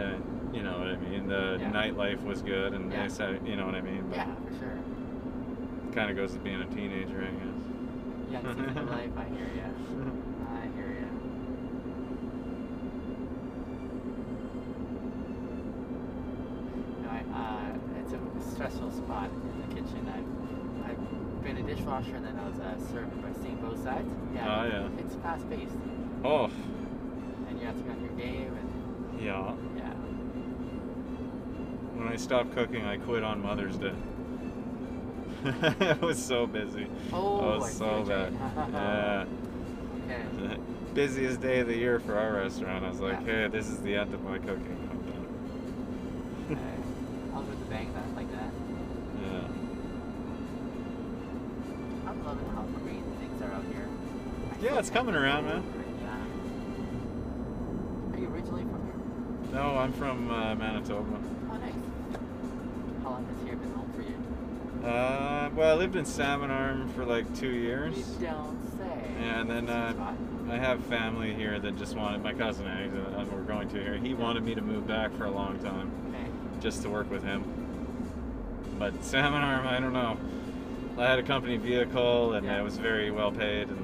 Speaker 5: and you know what I mean. The
Speaker 1: Yeah.
Speaker 5: nightlife was good, and
Speaker 1: Yeah.
Speaker 5: they said, you know what I mean. But
Speaker 1: Yeah, for sure.
Speaker 5: kind of goes with being a teenager, I guess.
Speaker 1: Young season of life, I hear ya. I hear ya. No, I, uh, it's a stressful spot in the kitchen. I've, I've been a dishwasher and then I was a servant by seeing both sides. Yeah.
Speaker 5: Oh, yeah.
Speaker 1: It's fast paced.
Speaker 5: Oh,
Speaker 1: and you have to be on your game and
Speaker 5: yeah.
Speaker 1: yeah
Speaker 5: When I stopped cooking, I quit on Mother's Day. it was so busy.
Speaker 1: oh
Speaker 5: it
Speaker 1: I
Speaker 5: was
Speaker 1: see
Speaker 5: so
Speaker 1: what you
Speaker 5: bad.
Speaker 1: mean.
Speaker 5: yeah.
Speaker 1: okay Uh,
Speaker 5: The busiest day of the year for our restaurant. I was like,
Speaker 1: Yeah.
Speaker 5: hey, this is the end of my cooking. I'm done.
Speaker 1: okay. i'll go to the bank that like that
Speaker 5: Yeah.
Speaker 1: i'm loving how green things are out here I
Speaker 5: Yeah,
Speaker 1: feel
Speaker 5: it's coming around, man.
Speaker 1: yeah are you originally from here
Speaker 5: No, I'm from uh, Manitoba.
Speaker 1: oh nice how long has here been home for you
Speaker 5: Uh, well, I lived in Salmon Arm for like two years.
Speaker 1: you don't say
Speaker 5: Yeah, and then,
Speaker 1: Sweet
Speaker 5: uh,
Speaker 1: spot.
Speaker 5: I have family here that just wanted my cousin Ags that I'm- we're going to here. He wanted me to move back for a long time
Speaker 1: okay
Speaker 5: just to work with him. But Salmon Arm, I don't know. I had a company vehicle and
Speaker 1: Yeah.
Speaker 5: I was very well paid and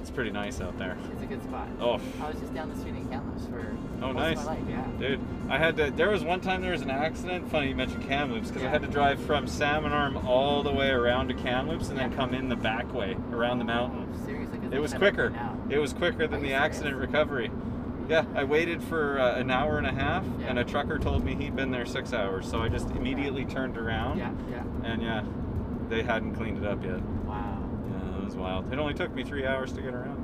Speaker 5: it's pretty nice out there.
Speaker 1: it's a good spot
Speaker 5: Oh,
Speaker 1: i was just down the street in Kamloops for
Speaker 5: Oh,
Speaker 1: most
Speaker 5: nice.
Speaker 1: of my life yeah
Speaker 5: dude, I had to. There was one time there was an accident. Funny you mentioned Kamloops because I
Speaker 1: Yeah.
Speaker 5: had to drive from Salmon Arm all the way around to Kamloops and then
Speaker 1: Yeah.
Speaker 5: come in the back way around the mountain.
Speaker 1: Oh, seriously 'cause
Speaker 5: It
Speaker 1: I'm
Speaker 5: was
Speaker 1: kinda right
Speaker 5: quicker.
Speaker 1: now.
Speaker 5: It was quicker
Speaker 1: Are
Speaker 5: than
Speaker 1: you
Speaker 5: the
Speaker 1: serious?
Speaker 5: accident recovery. Yeah, I waited for uh, an hour and a half,
Speaker 1: Yeah.
Speaker 5: and a trucker told me he'd been there six hours. So I just immediately turned around,
Speaker 1: yeah yeah
Speaker 5: and yeah, they hadn't cleaned it up yet.
Speaker 1: wow
Speaker 5: Yeah, it was wild. It only took me three hours to get around.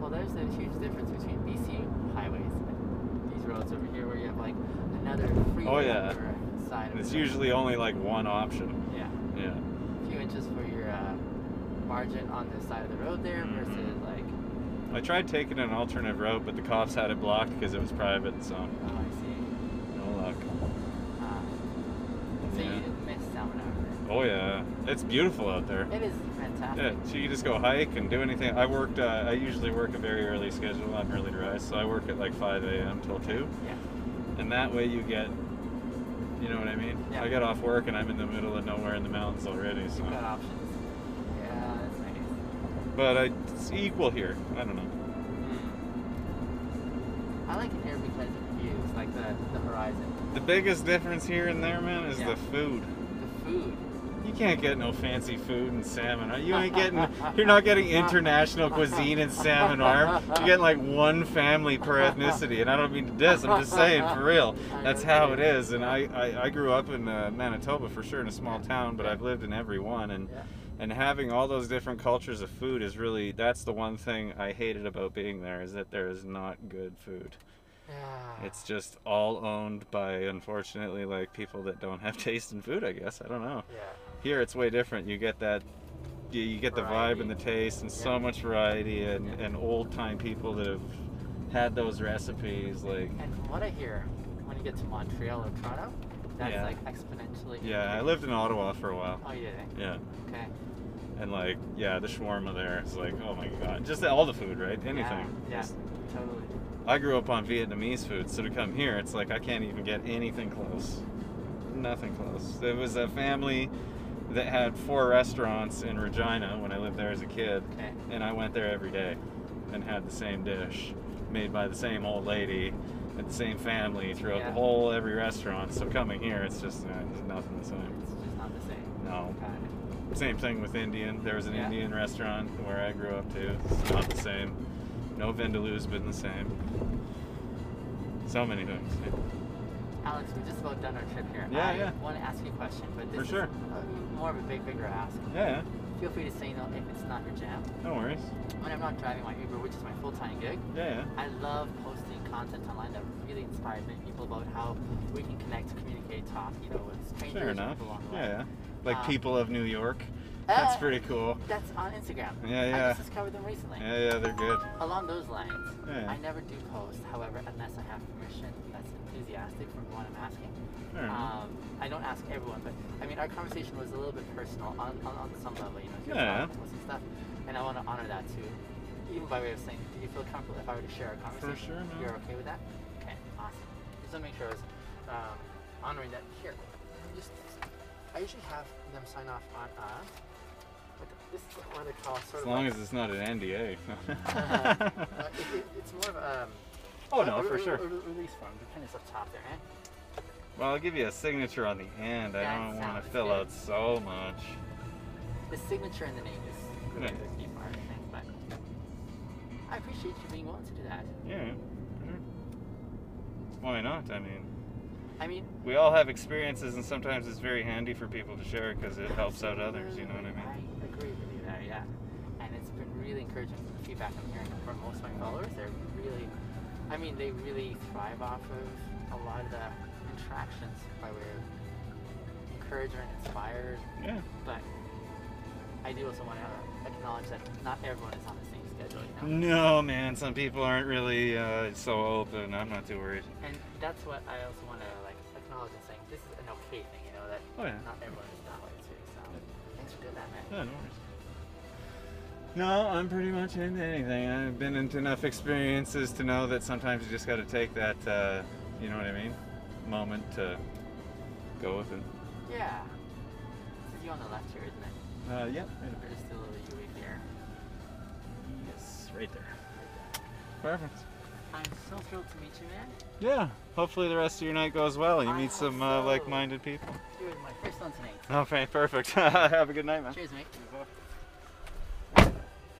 Speaker 1: Well, there's a huge difference between BC highways and these roads over here, where you have like another freeway
Speaker 5: Oh, yeah.
Speaker 1: on your side.
Speaker 5: Though.
Speaker 1: of
Speaker 5: It's
Speaker 1: the road.
Speaker 5: usually only like one option.
Speaker 1: yeah,
Speaker 5: Yeah,
Speaker 1: a few inches for your uh, margin on the side of the road there
Speaker 5: Mhm.
Speaker 1: versus like.
Speaker 5: I tried taking an alternate route, but the cops had it blocked because it was private. So
Speaker 1: Oh, I see.
Speaker 5: no luck.
Speaker 1: Uh, so
Speaker 5: Yeah.
Speaker 1: you didn't miss Salmon Arm.
Speaker 5: Oh yeah, it's beautiful out there.
Speaker 1: It is fantastic.
Speaker 5: Yeah, so you just go hike and do anything. I worked. Uh, I usually work a very early schedule. I'm early to rise, so I work at like 5 a.m. till two,
Speaker 1: Yeah.
Speaker 5: and that way you get, you know what I mean.
Speaker 1: Yeah.
Speaker 5: I get off work and I'm in the middle of nowhere in the mountains already. So,
Speaker 1: You've got options. Yeah, that's nice.
Speaker 5: but I, it's equal here. I don't know.
Speaker 1: I like it here because of the views. versus like the, the horizon.
Speaker 5: The biggest difference here and there, man, is
Speaker 1: Yeah.
Speaker 5: the food.
Speaker 1: The food.
Speaker 5: You can't get no fancy food and salmon. You ain't getting. You're not getting international cuisine and salmon arm. You're getting like one family per ethnicity, and I don't mean to diss. I'm just saying for real. That's how it is. And I, I, I grew up in uh, Manitoba for sure in a small town, but I've lived in every one. And
Speaker 1: Yeah.
Speaker 5: and having all those different cultures of food is really that's the one thing I hated about being there is that there is not good food.
Speaker 1: Yeah.
Speaker 5: It's just all owned by unfortunately like people that don't have taste in food. I guess I don't know
Speaker 1: yeah.
Speaker 5: here it's way different you get that you, you get the vibe and the taste and
Speaker 1: Yeah.
Speaker 5: so much variety and, and old time people that have had those recipes like
Speaker 1: And from what I hear, when you get to Montreal or Toronto, that's
Speaker 5: Yeah.
Speaker 1: like exponentially.
Speaker 5: yeah i lived in ottawa for a while
Speaker 1: Oh yeah.
Speaker 5: yeah
Speaker 1: Okay.
Speaker 5: and like yeah the shawarma there is like oh my god just all the food right anything
Speaker 1: Yeah.
Speaker 5: Just-
Speaker 1: yeah totally.
Speaker 5: i grew up on vietnamese food so to come here it's like i can't even get anything close nothing close there was a family that had four restaurants in regina when i lived there as a kid
Speaker 1: Okay.
Speaker 5: and I went there every day and had the same dish made by the same old lady and the same family throughout
Speaker 1: Yeah.
Speaker 5: the whole every restaurant. So coming here, it's just uh, it's nothing the same.
Speaker 1: It's just not the same.
Speaker 5: No,
Speaker 1: Got it.
Speaker 5: same thing with Indian. There was an
Speaker 1: Yeah.
Speaker 5: Indian restaurant where I grew up too. It's not the same. No Vindaloo's been the same. So many things.
Speaker 1: Alex, we're just about done our trip here.
Speaker 5: Yeah,
Speaker 1: I
Speaker 5: yeah.
Speaker 1: want to ask you a question, but this
Speaker 5: For sure.
Speaker 1: is a- more of a big bigger ask.
Speaker 5: Yeah,
Speaker 1: Feel free to say no if it's not your jam.
Speaker 5: no worries.
Speaker 1: When I'm not driving my Uber, which is my full time gig,
Speaker 5: Yeah,
Speaker 1: I love posting content online that really inspires many people about how we can connect, communicate, talk, you know, with
Speaker 5: yeah.
Speaker 1: strangers
Speaker 5: fair
Speaker 1: and
Speaker 5: enough.
Speaker 1: people along the way.
Speaker 5: Yeah, like
Speaker 1: Uh,
Speaker 5: people of New York. That's
Speaker 1: uh,
Speaker 5: pretty cool.
Speaker 1: That's on Instagram.
Speaker 5: Yeah,
Speaker 1: I
Speaker 5: yeah.
Speaker 1: just discovered them recently.
Speaker 5: Yeah, yeah, they're good.
Speaker 1: Along those lines,
Speaker 5: Yeah.
Speaker 1: I never do post, however, unless I have permission that's enthusiastic from the one I'm asking.
Speaker 5: Fair enough.
Speaker 1: Um, I don't ask everyone, but I mean, our conversation was a little bit personal on, on, on some level, you know, if you're
Speaker 5: Yeah.
Speaker 1: talking about some stuff, and I want to honor that too. Even by way of saying, do you feel comfortable if I were to share our conversation?
Speaker 5: sure, man.
Speaker 1: You're okay with that? Okay, awesome. Just want to make sure I was um, honoring that. Here, just I usually have them sign off on us, but this is what they call sort
Speaker 5: As
Speaker 1: of
Speaker 5: long
Speaker 1: like-
Speaker 5: as it's not an NDA.
Speaker 1: uh, it, it, it's more of a. Um,
Speaker 5: oh
Speaker 1: a-
Speaker 5: no,
Speaker 1: a-
Speaker 5: for
Speaker 1: a-
Speaker 5: sure.
Speaker 1: A re- release form. The pen is up top there, eh?
Speaker 5: Well, I'll give you a signature on the end. I
Speaker 1: That
Speaker 5: don't want
Speaker 1: sounds
Speaker 5: to fill
Speaker 1: good.
Speaker 5: out so much.
Speaker 1: The signature and the name is really
Speaker 5: Yeah.
Speaker 1: the key part, I think. But I appreciate you being willing to do that.
Speaker 5: Yeah. for sure. Why not? I mean,
Speaker 1: I mean,
Speaker 5: we all have experiences, and sometimes it's very handy for people to share because it helps out others. You know what I mean?
Speaker 1: I agree with you there, yeah. And it's been really encouraging from the feedback I'm hearing from most of my followers. They're really, I mean, they really thrive off of a lot of the interactions by way of encouragement, inspired,
Speaker 5: Yeah.
Speaker 1: but I do also want to acknowledge that not everyone is on the same schedule, you know.
Speaker 5: No, man. Some people aren't really uh, so open. I'm not too worried.
Speaker 1: And that's what I also want to like acknowledge and saying this is an okay thing, you know, that
Speaker 5: Oh yeah.
Speaker 1: not everyone is that way too. So thanks for doing that, man.
Speaker 5: Yeah, no worries. No, I'm pretty much into anything. I've been into enough experiences to know that sometimes you just got to take that, uh, you know what I mean, moment to go with it.
Speaker 1: Yeah. This is you on the left here, isn't it?
Speaker 5: Uh, yep.
Speaker 1: There's still a little you here.
Speaker 5: Yes, right there. Perfect.
Speaker 1: I'm so thrilled to meet you, man.
Speaker 5: Yeah. Hopefully the rest of your night goes well. You
Speaker 1: I
Speaker 5: meet
Speaker 1: hope
Speaker 5: some uh,
Speaker 1: so.
Speaker 5: like-minded people.
Speaker 1: You're my first one tonight.
Speaker 5: Okay, perfect. Have a good night, man.
Speaker 1: Cheers, mate.